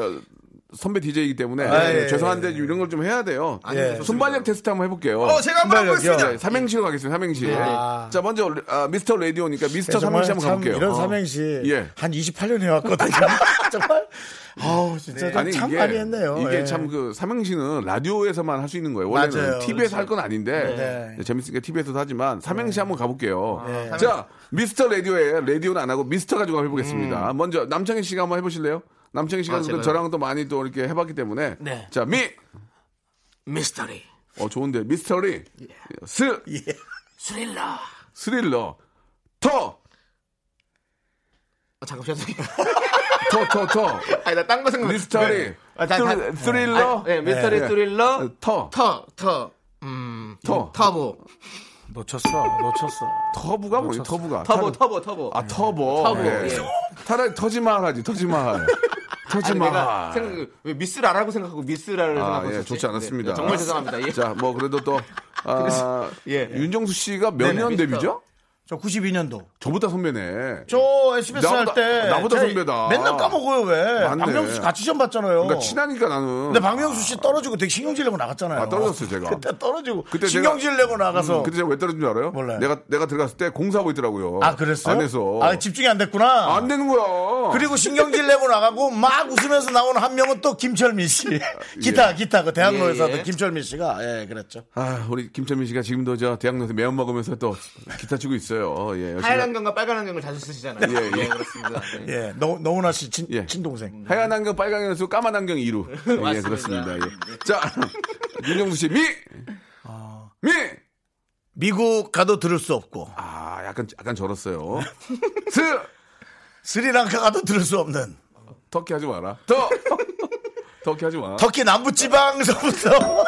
[SPEAKER 1] 선배 DJ이기 때문에
[SPEAKER 4] 아, 예,
[SPEAKER 1] 죄송한데 이런 걸 좀 해야 돼요.
[SPEAKER 4] 예.
[SPEAKER 1] 순발력 테스트 한번 해볼게요.
[SPEAKER 3] 어, 제가 한번
[SPEAKER 4] 순발력이요?
[SPEAKER 3] 해보겠습니다.
[SPEAKER 1] 네, 삼행시로 가겠습니다. 삼행시.
[SPEAKER 4] 아.
[SPEAKER 1] 자, 먼저 아, 미스터 라디오니까 미스터
[SPEAKER 4] 예, 정말
[SPEAKER 1] 삼행시 한번
[SPEAKER 4] 참
[SPEAKER 1] 가볼게요.
[SPEAKER 4] 이런
[SPEAKER 1] 어.
[SPEAKER 4] 삼행시
[SPEAKER 1] 예.
[SPEAKER 4] 한 28년 해왔거든요. 정말.
[SPEAKER 1] 네,
[SPEAKER 4] 아우 진짜 좀
[SPEAKER 1] 아니,
[SPEAKER 4] 그 참
[SPEAKER 1] 이게,
[SPEAKER 4] 많이 했네요.
[SPEAKER 1] 이게
[SPEAKER 4] 예.
[SPEAKER 1] 참 그 삼행시는 라디오에서만 할 수 있는 거예요. 원래는
[SPEAKER 4] 맞아요.
[SPEAKER 1] TV에서 할 건 아닌데
[SPEAKER 4] 네.
[SPEAKER 1] 네, 재밌으니까 TV에서도 하지만 삼행시 한번 가볼게요.
[SPEAKER 4] 네.
[SPEAKER 1] 자, 미스터 라디오에 라디오는 안 하고 미스터 가지고 한번 해보겠습니다.
[SPEAKER 4] 음.
[SPEAKER 1] 먼저 남창희 씨가 한번 해보실래요? 남창희 씨가
[SPEAKER 3] 아,
[SPEAKER 1] 또
[SPEAKER 3] 제가요?
[SPEAKER 1] 저랑 또 많이 또 이렇게 해봤기 때문에
[SPEAKER 3] 네.
[SPEAKER 1] 자, 미,
[SPEAKER 3] 미스터리,
[SPEAKER 1] 어 좋은데 미스터리, 스,
[SPEAKER 3] 스릴러. 아,
[SPEAKER 1] 스릴러, 터,
[SPEAKER 3] 잠깐 죄송해요.
[SPEAKER 1] 터, 터, 터,
[SPEAKER 3] 아니, 나딴 거 생각.
[SPEAKER 1] 미스터리,
[SPEAKER 3] 아, 다- 다-
[SPEAKER 1] 스릴- 스릴러,
[SPEAKER 3] 아, 네, 미스터리,
[SPEAKER 1] 네.
[SPEAKER 3] 스릴러.
[SPEAKER 1] 터,
[SPEAKER 3] 터, 터. 음,
[SPEAKER 1] 터.
[SPEAKER 3] 터보.
[SPEAKER 4] 놓쳤어, 놓쳤어.
[SPEAKER 1] 터부가 뭐지? 터부가
[SPEAKER 3] 터보, 터보, 터보.
[SPEAKER 1] 아 터보.
[SPEAKER 3] 터보,
[SPEAKER 1] 예.
[SPEAKER 3] 예.
[SPEAKER 1] 차라리 터지마 하지 터지마.
[SPEAKER 3] 아니,
[SPEAKER 1] 터지마.
[SPEAKER 3] 내가 생각, 그, 왜 미스라라고 생각하고 미스라를
[SPEAKER 1] 아,
[SPEAKER 3] 생각하고
[SPEAKER 1] 예,
[SPEAKER 3] 있었지?
[SPEAKER 1] 좋지 않았습니다.
[SPEAKER 3] 네, 정말 죄송합니다. 예.
[SPEAKER 1] 자, 뭐 그래도 또 아,
[SPEAKER 3] 예.
[SPEAKER 1] 윤정수 씨가 몇
[SPEAKER 3] 네네,
[SPEAKER 1] 년
[SPEAKER 3] 미스터.
[SPEAKER 1] 데뷔죠?
[SPEAKER 4] 저 92년도.
[SPEAKER 1] 저보다 선배네.
[SPEAKER 4] 저 SBS
[SPEAKER 1] 나보다-
[SPEAKER 4] 할 때.
[SPEAKER 1] 나보다
[SPEAKER 4] 제가
[SPEAKER 1] 선배다.
[SPEAKER 4] 맨날 까먹어요, 왜.
[SPEAKER 1] 맞네.
[SPEAKER 4] 박명수 씨 같이 시험 봤잖아요.
[SPEAKER 1] 그러니까 친하니까 나는.
[SPEAKER 4] 근데 박명수 씨 떨어지고 되게 신경질 내고 나갔잖아요.
[SPEAKER 1] 아, 떨어졌어요, 제가.
[SPEAKER 4] 그때 떨어지고.
[SPEAKER 1] 그때
[SPEAKER 4] 신경질 내고 나가서.
[SPEAKER 1] 그때 제가 왜 떨어진 줄 알아요?
[SPEAKER 4] 몰라요.
[SPEAKER 1] 내가 내가 들어갔을 때 공사하고 있더라고요.
[SPEAKER 4] 아, 그랬어요?
[SPEAKER 1] 안에서.
[SPEAKER 4] 아, 집중이 안 됐구나.
[SPEAKER 1] 안 되는 거야.
[SPEAKER 4] 그리고 신경질 내고 나가고 막 웃으면서 나오는 한 명은 또 김철민 씨.
[SPEAKER 1] 예.
[SPEAKER 4] 기타, 기타. 그 대학로에서
[SPEAKER 3] 예, 예.
[SPEAKER 4] 김철민 씨가. 예, 그랬죠.
[SPEAKER 1] 아, 우리 김철민 씨가 지금도 저 대학로에서 매운 먹으면서 또 기타 치고 있어요. 어, 예. 열심히
[SPEAKER 3] 하얀 안경과 빨간 안경을 자주 쓰시잖아요.
[SPEAKER 1] 예, 예.
[SPEAKER 3] 네, 그렇습니다. 네.
[SPEAKER 4] 예, 너, 너무나 씨 친,
[SPEAKER 1] 예.
[SPEAKER 4] 친동생.
[SPEAKER 1] 하얀 안경, 빨간 안경, 까만 안경 2루. 예,
[SPEAKER 3] 맞습니다. 네.
[SPEAKER 1] 그렇습니다. 예. 자, 윤정수 씨, 미!
[SPEAKER 4] 아.
[SPEAKER 1] 미!
[SPEAKER 4] 미국 가도 들을 수 없고,
[SPEAKER 1] 아, 약간, 약간 절었어요. 스!
[SPEAKER 4] 스리랑카 가도 들을 수 없는,
[SPEAKER 1] 터키 하지 마라. 더! 터키 하지 마.
[SPEAKER 4] 터키 남부지방서부터.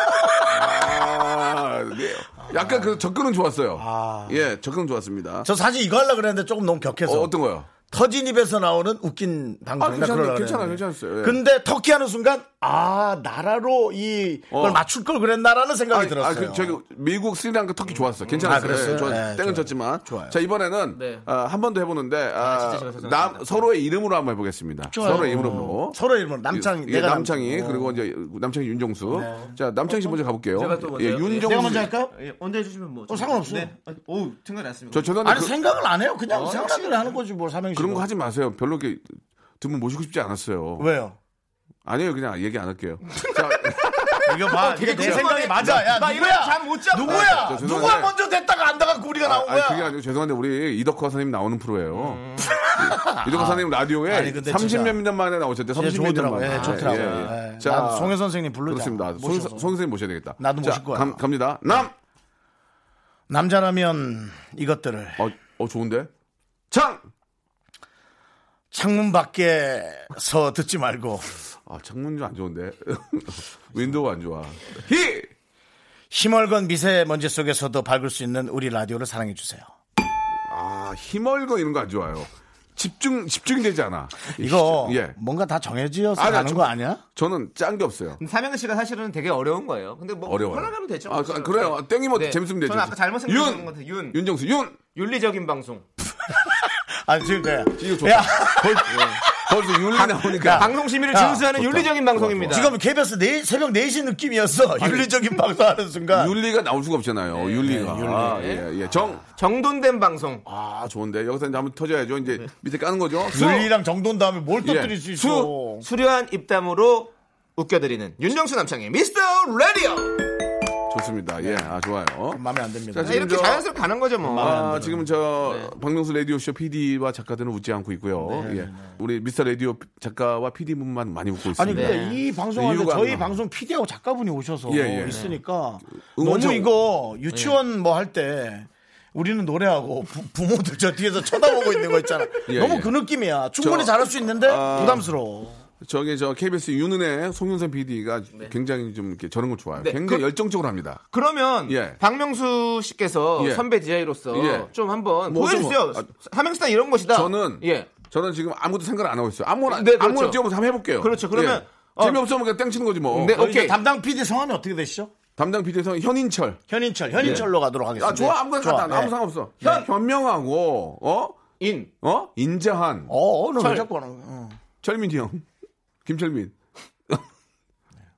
[SPEAKER 1] 아, 네. 약간 그 접근은 좋았어요.
[SPEAKER 4] 아.
[SPEAKER 1] 예, 접근은 좋았습니다.
[SPEAKER 4] 저 사실 이거 하려고 그랬는데 조금 너무 격해서.
[SPEAKER 1] 어, 떤 거요?
[SPEAKER 4] 터진 입에서 나오는 웃긴 방송이나
[SPEAKER 1] 아, 괜찮은데,
[SPEAKER 4] 그러려고
[SPEAKER 1] 괜찮아요,
[SPEAKER 4] 그랬는데.
[SPEAKER 1] 괜찮았어요. 예.
[SPEAKER 4] 근데 터키 하는 순간 아 나라로 이걸
[SPEAKER 1] 어.
[SPEAKER 4] 맞출 걸 그랬나라는 생각이 들었어요.
[SPEAKER 1] 그, 저기 미국 스리랑카 그 터키 좋았어. 괜찮았어요.
[SPEAKER 4] 아, 그랬어요?
[SPEAKER 1] 예, 좋았-
[SPEAKER 4] 네,
[SPEAKER 1] 땡은
[SPEAKER 4] 좋아요.
[SPEAKER 1] 쳤지만.
[SPEAKER 4] 좋아요.
[SPEAKER 1] 자 이번에는
[SPEAKER 3] 네.
[SPEAKER 1] 한 번 더 해보는데 아,
[SPEAKER 3] 진짜 제가 죄송합니다.
[SPEAKER 1] 남, 서로의 이름으로 한번 해보겠습니다.
[SPEAKER 4] 좋아요. 어,
[SPEAKER 1] 서로의 이름으로.
[SPEAKER 4] 서로 이름으로 남창이
[SPEAKER 1] 예,
[SPEAKER 4] 내가 남-
[SPEAKER 1] 남창이
[SPEAKER 4] 어.
[SPEAKER 1] 그리고 이제 남창이 윤정수.
[SPEAKER 4] 네.
[SPEAKER 1] 자 남창이 씨 먼저 가볼게요.
[SPEAKER 3] 어, 제가 또 먼저
[SPEAKER 1] 예,
[SPEAKER 3] 해요?
[SPEAKER 1] 윤정수.
[SPEAKER 4] 내가 먼저 할까요?
[SPEAKER 3] 예, 언제 해주시면 뭐.
[SPEAKER 4] 어, 상관없어.
[SPEAKER 3] 오, 생각이 났습니다.
[SPEAKER 1] 저 죄송한데
[SPEAKER 4] 아니
[SPEAKER 1] 그,
[SPEAKER 4] 생각을 안 해요. 그냥
[SPEAKER 3] 어,
[SPEAKER 4] 생각을 대로 하는 거지 뭘 삼행시.
[SPEAKER 1] 그런 거 하지 마세요. 별로 이렇게 두 분 모시고 싶지 않았어요.
[SPEAKER 4] 왜요?
[SPEAKER 1] 아니에요, 그냥 얘기 안 할게요. 자,
[SPEAKER 4] 어, 이거 봐.
[SPEAKER 3] 되게
[SPEAKER 4] 이게 내
[SPEAKER 3] 궁금하네.
[SPEAKER 4] 생각이 맞아. 야
[SPEAKER 3] 나 이러면
[SPEAKER 4] 누구야?
[SPEAKER 3] 잠못 자.
[SPEAKER 4] 누구야?
[SPEAKER 1] 저 죄송한데-
[SPEAKER 4] 누가 먼저 됐다가 안다가 우리가 나온
[SPEAKER 1] 아니
[SPEAKER 4] 거야? 음.
[SPEAKER 1] 그게 아니고 죄송한데 우리 이덕화 선생님 나오는 프로예요. 이덕화 선생님
[SPEAKER 4] 아니,
[SPEAKER 1] 라디오에
[SPEAKER 4] 근데
[SPEAKER 1] 30몇 년 만에 나오셨대. 30몇 년
[SPEAKER 4] 좋더라고요.
[SPEAKER 1] 만에.
[SPEAKER 4] 예, 좋더라고요. 예. 난 송혜 선생님 부르자.
[SPEAKER 1] 그렇습니다. 송,
[SPEAKER 4] 모셔서.
[SPEAKER 1] 송 선생님 모셔야 되겠다.
[SPEAKER 4] 나도
[SPEAKER 1] 자,
[SPEAKER 4] 모실 거야.
[SPEAKER 1] 감- 갑니다. 남.
[SPEAKER 4] 남자라면 이것들을
[SPEAKER 1] 어, 어 좋은데. 창.
[SPEAKER 4] 창문 밖에서 듣지 말고
[SPEAKER 1] 아 창문 좀안 좋은데. 윈도우 안 좋아. 히.
[SPEAKER 4] 희멀건 미세먼지 속에서도 밝을 수 있는 우리 라디오를 사랑해 주세요.
[SPEAKER 1] 아 힘얼거 이런 거 안 좋아요. 집중 집중이 되지 않아.
[SPEAKER 4] 이거
[SPEAKER 1] 예.
[SPEAKER 4] 뭔가 다 정해지어서
[SPEAKER 1] 아니, 네,
[SPEAKER 4] 가는
[SPEAKER 1] 저-
[SPEAKER 4] 거 아니야?
[SPEAKER 1] 저는 짠 게 없어요.
[SPEAKER 3] 음, 삼영 씨가 사실은 되게 어려운 거예요. 근데 뭐
[SPEAKER 1] 어려워요.
[SPEAKER 3] 편하면 되죠. 네.
[SPEAKER 1] 아, 그- 그래요. 아, 땡이면
[SPEAKER 4] 네.
[SPEAKER 1] 재밌으면 되죠.
[SPEAKER 3] 저는 아까 잘못
[SPEAKER 1] 윤!
[SPEAKER 3] 생각한 것 같아요. 윤.
[SPEAKER 1] 윤정수 윤.
[SPEAKER 3] 윤리적인 방송.
[SPEAKER 4] 아니 지금 그야.
[SPEAKER 1] 이거 좋다. 벌, 벌써 윤리 나오니까.
[SPEAKER 4] 야,
[SPEAKER 3] 방송 심의를 중수하는 윤리적인 방송입니다.
[SPEAKER 4] 지금 KBS 네, 새벽 4시 느낌이었어. 윤리적인 방송하는 순간.
[SPEAKER 1] 윤리가 나올 수가 없잖아요.
[SPEAKER 3] 네,
[SPEAKER 1] 윤리가. 아, 예, 예. 정.
[SPEAKER 3] 정돈된 방송.
[SPEAKER 1] 아, 좋은데. 여기서 이제 한번 터져야죠. 이제
[SPEAKER 3] 네.
[SPEAKER 1] 밑에 까는 거죠. 수.
[SPEAKER 4] 윤리랑 정돈 다음에 뭘
[SPEAKER 1] 예.
[SPEAKER 4] 터뜨릴 수 있어.
[SPEAKER 1] 수.
[SPEAKER 3] 수려한 입담으로 웃겨드리는 윤정수 남창의 미스터 라디오.
[SPEAKER 1] 좋습니다. 예, 아, 좋아요.
[SPEAKER 4] 마음에 안 듭니다.
[SPEAKER 1] 자,
[SPEAKER 3] 아,
[SPEAKER 1] 지금
[SPEAKER 3] 이렇게
[SPEAKER 1] 저-
[SPEAKER 3] 자연스럽게 가는 거죠 뭐.
[SPEAKER 1] 아, 지금 저
[SPEAKER 3] 네.
[SPEAKER 1] 박명수 라디오쇼 PD와 작가들은 웃지 않고 있고요. 예. 우리 미스터 라디오 작가와 PD분만 많이 웃고 있습니다.
[SPEAKER 4] 아니 근데 이 방송하는데
[SPEAKER 1] 그 이유가
[SPEAKER 4] 저희
[SPEAKER 1] 안 나와.
[SPEAKER 4] 방송 PD하고 작가분이 오셔서
[SPEAKER 1] 예, 예.
[SPEAKER 4] 있으니까
[SPEAKER 1] 응원
[SPEAKER 4] 너무
[SPEAKER 1] 좀-
[SPEAKER 4] 이거 유치원 뭐 할 때 우리는 노래하고 부, 모들저 뒤에서 쳐다보고 있는 거 있잖아.
[SPEAKER 1] 예,
[SPEAKER 4] 너무
[SPEAKER 1] 예.
[SPEAKER 4] 그 느낌이야. 충분히
[SPEAKER 1] 저-
[SPEAKER 4] 잘할 수 있는데
[SPEAKER 1] 아.
[SPEAKER 4] 부담스러워.
[SPEAKER 1] 저기 저 KBS 윤은혜 송윤선 PD가 굉장히 좀 이렇게 저런 걸 좋아해요.
[SPEAKER 3] 네,
[SPEAKER 1] 굉장히
[SPEAKER 3] 그-
[SPEAKER 1] 열정적으로 합니다.
[SPEAKER 3] 그러면
[SPEAKER 1] 예.
[SPEAKER 3] 박명수 씨께서
[SPEAKER 1] 예.
[SPEAKER 3] 선배 DJ로서
[SPEAKER 1] 예.
[SPEAKER 3] 좀 한번
[SPEAKER 1] 뭐 좀-
[SPEAKER 3] 보여주세요.
[SPEAKER 1] 아,
[SPEAKER 3] 삼행시다 이런 것이다.
[SPEAKER 1] 저는
[SPEAKER 3] 예.
[SPEAKER 1] 저는 지금 아무도 생각을 안 하고 있어요. 아무나
[SPEAKER 3] 네, 그렇죠.
[SPEAKER 1] 아무나 뛰어보면서 한번 해볼게요. 예.
[SPEAKER 3] 그렇죠. 그러면, 어.
[SPEAKER 1] 재미없으면 그냥 땡치는 거지 뭐.
[SPEAKER 3] 네,
[SPEAKER 4] 오케이.
[SPEAKER 3] 오케이.
[SPEAKER 4] 담당 PD 성함이 어떻게 되시죠?
[SPEAKER 1] 담당 PD에서 현인철.
[SPEAKER 4] 현인철, 현인철로 가도록 하겠습니다.
[SPEAKER 1] 예. 아 좋아 아무거나
[SPEAKER 4] 좋아.
[SPEAKER 1] 갖다 놔. 아무
[SPEAKER 4] 네.
[SPEAKER 1] 상관없어. 현 현명하고 어
[SPEAKER 3] 인.
[SPEAKER 1] 어? 인자한
[SPEAKER 4] 어, 오늘 왜 자꾸 하는 거야? 어.
[SPEAKER 1] 철민이 형, 김철민.
[SPEAKER 4] 네.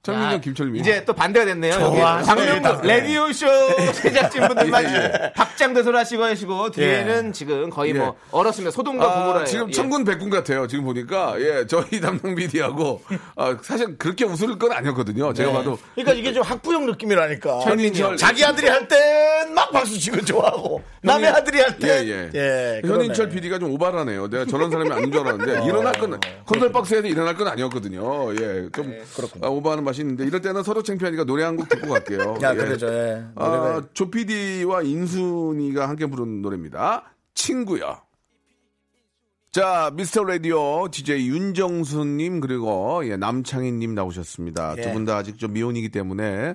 [SPEAKER 1] 철민이
[SPEAKER 3] 야,
[SPEAKER 1] 형, 김철민.
[SPEAKER 3] 이제 또 반대가 됐네요. 여기
[SPEAKER 4] 좋아.
[SPEAKER 3] 박명수
[SPEAKER 4] 네.
[SPEAKER 3] 레디오 쇼 제작진분들만
[SPEAKER 1] 예.
[SPEAKER 3] 박장대소를 하시고 하시고 뒤에는 지금 거의
[SPEAKER 1] 예.
[SPEAKER 3] 뭐 얼었으면 소동과 예.
[SPEAKER 1] 아,
[SPEAKER 3] 구보라
[SPEAKER 1] 지금
[SPEAKER 4] 예.
[SPEAKER 1] 천군 백군 같아요. 지금 보니까 예 저희 담당 PD하고 아, 사실 그렇게 웃을 건 아니었거든요. 제가 봐도
[SPEAKER 4] 그러니까 이게 좀 학부형 느낌이라니까.
[SPEAKER 1] 현인철
[SPEAKER 4] 자기 아들이 할 땐 막 박수 치고 좋아하고 남의
[SPEAKER 1] 현인-
[SPEAKER 4] 아들이 할 때.
[SPEAKER 1] 예, 예.
[SPEAKER 4] 그러네.
[SPEAKER 1] 현인철 PD가 좀 오바라네요. 내가 저런 사람이 아닌 줄 알았는데 일어날 건
[SPEAKER 4] 네.
[SPEAKER 1] 컨설 박스에서 일어날 건 아니었거든요. 예, 좀 아, 오바하는 맛이 있는데 이럴 때는 서로 창피하니까 노래 한 곡 듣고 갈게요.
[SPEAKER 4] 야,
[SPEAKER 1] 예.
[SPEAKER 4] 그러죠. 예. 노래가-
[SPEAKER 1] 아, 조 PD와 인순이가 함께 부른 노래입니다. 친구야. 자, 미스터 라디오 DJ 윤정수님 그리고 예, 남창희님 나오셨습니다.
[SPEAKER 4] 예.
[SPEAKER 1] 두 분 다 아직 좀 미혼이기 때문에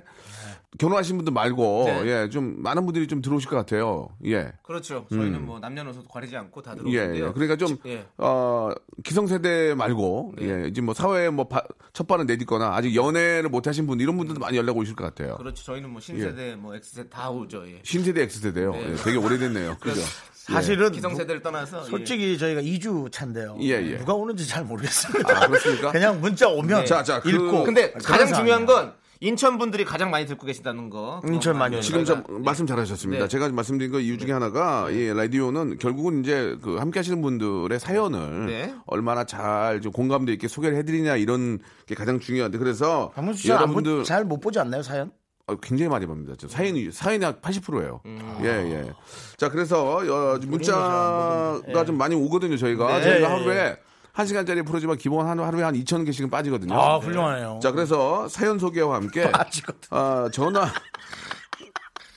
[SPEAKER 1] 결혼하신 분들 말고
[SPEAKER 3] 네.
[SPEAKER 1] 예, 좀 많은 분들이 좀 들어오실 것 같아요. 예.
[SPEAKER 3] 그렇죠. 저희는 뭐 남녀노소 가리지 않고 다
[SPEAKER 1] 예, 예. 그러니까 좀,
[SPEAKER 3] 예.
[SPEAKER 1] 어, 기성세대 말고, 예, 이제 뭐 사회에 뭐 바- 첫발을 내딛거나 아직 연애를 못 하신 분, 이런 분들도 많이 연락 오실 것 같아요.
[SPEAKER 3] 그렇죠. 저희는 뭐
[SPEAKER 1] 예.
[SPEAKER 3] 신세대, 뭐 X세대 다 오죠. 예.
[SPEAKER 1] 신세대 X세대요. 예, 되게 오래됐네요. 그죠?
[SPEAKER 4] 사실은 뭐
[SPEAKER 3] 기성세대를
[SPEAKER 1] 뭐
[SPEAKER 3] 떠나서 예.
[SPEAKER 4] 솔직히 저희가 2주 차인데요.
[SPEAKER 1] 예, 예.
[SPEAKER 4] 누가 오는지 잘 모르겠습니다.
[SPEAKER 1] 아, 그렇습니까?
[SPEAKER 4] 냥 문자 오면
[SPEAKER 1] 자, 자, 그-
[SPEAKER 4] 읽고.
[SPEAKER 3] 근데
[SPEAKER 4] 그런
[SPEAKER 3] 가장
[SPEAKER 4] 상황이에요.
[SPEAKER 3] 중요한 건 인천 분들이 가장 많이 듣고 계신다는 거. 그거
[SPEAKER 4] 인천 많이
[SPEAKER 1] 지금
[SPEAKER 3] 저희가-
[SPEAKER 1] 참 말씀 잘하셨습니다.
[SPEAKER 3] 네.
[SPEAKER 1] 제가 말씀드린 그 이유 중에
[SPEAKER 4] 네.
[SPEAKER 1] 하나가 예, 라디오는 결국은 이제 그 함께하시는 분들의 사연을
[SPEAKER 3] 네.
[SPEAKER 1] 얼마나 잘좀 공감도 있게 소개를 해드리냐 이런 게 가장 중요한데 그래서
[SPEAKER 4] 박명수 씨안
[SPEAKER 1] 여러분들
[SPEAKER 4] 보- 잘못 보지 않나요 사연?
[SPEAKER 1] 어, 굉장히 많이 봅니다. 저
[SPEAKER 4] 음.
[SPEAKER 1] 사연이 사연이 한 80%예요. 예 예. 자 그래서 어, 문자가 좀 많이 오거든요. 저희가
[SPEAKER 4] 네.
[SPEAKER 1] 저희가
[SPEAKER 4] 예, 예.
[SPEAKER 1] 하루에 한 시간짜리 프로지만 기본 한 하루에 한 2천 개씩은 빠지거든요.
[SPEAKER 4] 아, 훌륭하네요.
[SPEAKER 1] 자 그래서 사연 소개와 함께
[SPEAKER 4] 아직도
[SPEAKER 1] 아, 전화 아,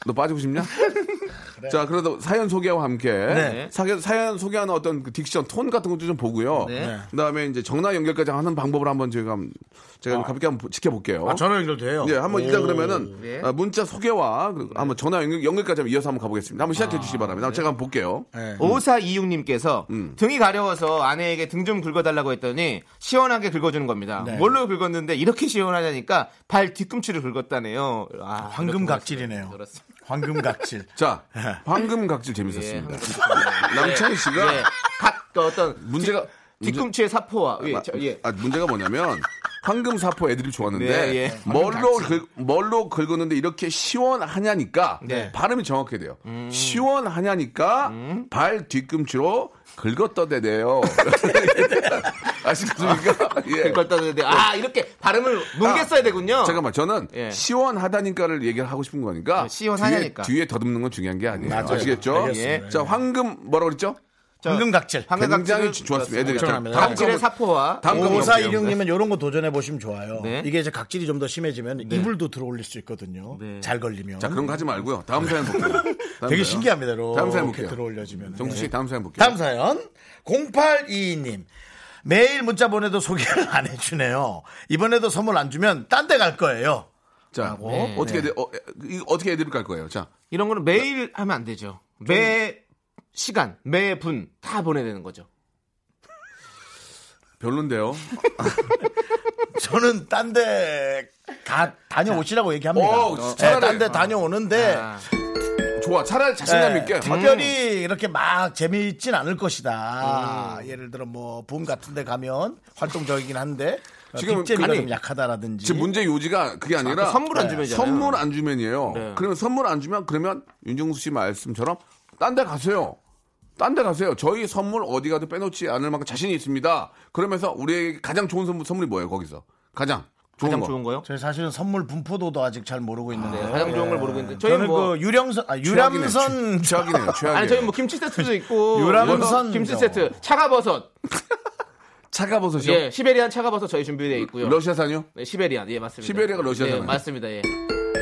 [SPEAKER 1] 너 빠지고 싶냐? 자, 그래도 사연 소개와 함께
[SPEAKER 4] 네.
[SPEAKER 1] 사연, 사연 소개하는 어떤 그 딕션 톤 같은 것도 좀 보고요.
[SPEAKER 3] 네.
[SPEAKER 1] 그다음에 이제 정나 연결까지 하는 방법을 한번 제가 한번- 제가 가볍게 한번 지켜볼게요.
[SPEAKER 4] 어. 아, 전화 연결돼요.
[SPEAKER 1] 예, 한번 일단
[SPEAKER 4] 오. 예. 네.
[SPEAKER 1] 그러면은
[SPEAKER 3] 네.
[SPEAKER 1] 아, 문자 소개와 그 한번 전화 연결, 연결까지 한번 이어서 한번 가보겠습니다. 한번
[SPEAKER 4] 아,
[SPEAKER 1] 시작해 주시기 바랍니다. 제가 한번 볼게요.
[SPEAKER 4] 네.
[SPEAKER 3] 5426님께서
[SPEAKER 1] 음.
[SPEAKER 3] 등이 가려워서 아내에게 등 좀 긁어달라고 했더니 시원하게 긁어주는 겁니다.
[SPEAKER 4] 네.
[SPEAKER 3] 뭘로 긁었는데 이렇게 시원하냐니까 발 뒤꿈치를 긁었다네요. 아,
[SPEAKER 4] 황금 각질이네요.
[SPEAKER 3] 그렇습니다.
[SPEAKER 4] 황금 각질.
[SPEAKER 1] 자,
[SPEAKER 4] 네.
[SPEAKER 1] 황금 각질
[SPEAKER 3] 예,
[SPEAKER 1] 재밌었습니다.
[SPEAKER 3] 황금
[SPEAKER 1] 남창희 씨가
[SPEAKER 3] 예, 각, 그 어떤
[SPEAKER 1] 문제가
[SPEAKER 3] 뒤,
[SPEAKER 1] 문제-
[SPEAKER 3] 꿈치의 사포와 예,
[SPEAKER 1] 마-
[SPEAKER 3] 저- 예.
[SPEAKER 1] 아, 문제가 뭐냐면 황금 사포 애드립 좋았는데
[SPEAKER 3] 네, 예.
[SPEAKER 1] 뭘로 긁, 뭘로 긁었는데 이렇게 시원하냐니까
[SPEAKER 3] 네.
[SPEAKER 1] 발음이 정확해야 돼요. 시원하냐니까
[SPEAKER 3] 음.
[SPEAKER 1] 발 뒤꿈치로 긁었다대네요. 아시겠습니까? 예. 아,
[SPEAKER 3] 긁었다 그랬는데 아 이렇게 발음을 뭉개 써야 되군요.
[SPEAKER 1] 잠깐만 저는
[SPEAKER 3] 예.
[SPEAKER 1] 시원하다니까를 얘기를 하고 싶은 거니까
[SPEAKER 3] 아, 시원하냐니까. 예.
[SPEAKER 1] 뒤에, 뒤에 더듬는 건 중요한 게 아니에요.
[SPEAKER 4] 맞아요.
[SPEAKER 1] 시겠죠
[SPEAKER 4] 알겠습니다.
[SPEAKER 1] 자 황금 뭐라고 그랬죠?
[SPEAKER 3] 저-
[SPEAKER 4] 황금 각질.
[SPEAKER 3] 황금
[SPEAKER 1] 굉장히
[SPEAKER 3] 각질을
[SPEAKER 1] 좋았습니다. 애들이
[SPEAKER 3] 긁었습니다.
[SPEAKER 4] 애들이.
[SPEAKER 3] 각질의
[SPEAKER 1] 다음
[SPEAKER 3] 네. 사포와
[SPEAKER 1] 다음 거
[SPEAKER 4] 오사
[SPEAKER 1] 볼게요.
[SPEAKER 4] 일용님은 이런 거 도전해 보시면 좋아요.
[SPEAKER 3] 네.
[SPEAKER 4] 이게 이제 각질이 좀 더 심해지면 이불도 들어올릴 수 있거든요. 잘 걸리면.
[SPEAKER 1] 네. 자 그런 거 하지 말고요. 다음 사연
[SPEAKER 3] 네.
[SPEAKER 1] 볼게요. 다음
[SPEAKER 4] 되게
[SPEAKER 1] 사연.
[SPEAKER 4] 신기합니다.
[SPEAKER 1] 다음 사연
[SPEAKER 4] 이렇게
[SPEAKER 1] 볼게요.
[SPEAKER 4] 들어올려지면.
[SPEAKER 1] 정수 씨
[SPEAKER 4] 네.
[SPEAKER 1] 다음 사연 볼게요.
[SPEAKER 4] 다음 사연 0822님 매일 문자 보내도 소개를 안 해주네요. 이번에도 선물 안 주면 딴 데 갈 거예요.
[SPEAKER 1] 자
[SPEAKER 3] 네.
[SPEAKER 1] 어떻게 애들- 어, 이거 어떻게 애드립 갈 거예요? 자
[SPEAKER 3] 이런 거는 매일 하면 안 되죠. 매 시간, 매 분 다 보내야 되는 거죠.
[SPEAKER 1] 별론데요.
[SPEAKER 4] 저는 딴 데 가 다녀오시라고 얘기합니다.
[SPEAKER 1] 오,
[SPEAKER 4] 네,
[SPEAKER 1] 차라리-
[SPEAKER 4] 딴데
[SPEAKER 1] 네.
[SPEAKER 4] 다녀오는데
[SPEAKER 3] 아.
[SPEAKER 1] 좋아 차라리 자신감
[SPEAKER 4] 네,
[SPEAKER 1] 있게.
[SPEAKER 4] 특별히 이렇게 막 재미있진 않을 것이다. 예를 들어 뭐 붐 같은데 가면 활동적이긴 한데
[SPEAKER 1] 지금
[SPEAKER 4] 지금 재미가
[SPEAKER 1] 아니,
[SPEAKER 4] 좀 약하다라든지.
[SPEAKER 1] 지금 문제 요지가 그게 아니라 네.
[SPEAKER 3] 그 선물 안 주면이잖아요.
[SPEAKER 1] 선물 안 주면이에요.
[SPEAKER 3] 네.
[SPEAKER 1] 그러면 선물 안 주면 그러면 윤종수 씨 말씀처럼 딴 데 가세요. 딴 데 가세요. 저희 선물 어디 가도 빼놓지 않을 만큼 자신이 있습니다. 그러면서 우리에게 가장 좋은 선물, 선물이 뭐예요, 거기서? 가장 좋은
[SPEAKER 3] 가장
[SPEAKER 1] 거.
[SPEAKER 3] 좋은 거요?
[SPEAKER 4] 저희 사실은 선물 분포도도 아직 잘 모르고 있는데. 어,
[SPEAKER 3] 네, 가장 좋은 걸 모르고 있는데 저희
[SPEAKER 4] 저는
[SPEAKER 3] 뭐
[SPEAKER 4] 그 유령선 아, 유람선
[SPEAKER 1] 최악이네요, 최악이네요.
[SPEAKER 3] 아니 저희 뭐 김치 세트도 있고
[SPEAKER 4] 유람선
[SPEAKER 3] 김치 세트, 차가버섯,
[SPEAKER 1] 차가버섯이요?
[SPEAKER 3] 예, 시베리안 차가버섯 저희 준비되어 있고요.
[SPEAKER 1] 러시아산이요?
[SPEAKER 3] 네, 시베리안, 예 맞습니다.
[SPEAKER 1] 시베리아가 러시아잖아요.
[SPEAKER 3] 예, 맞습니다, 예.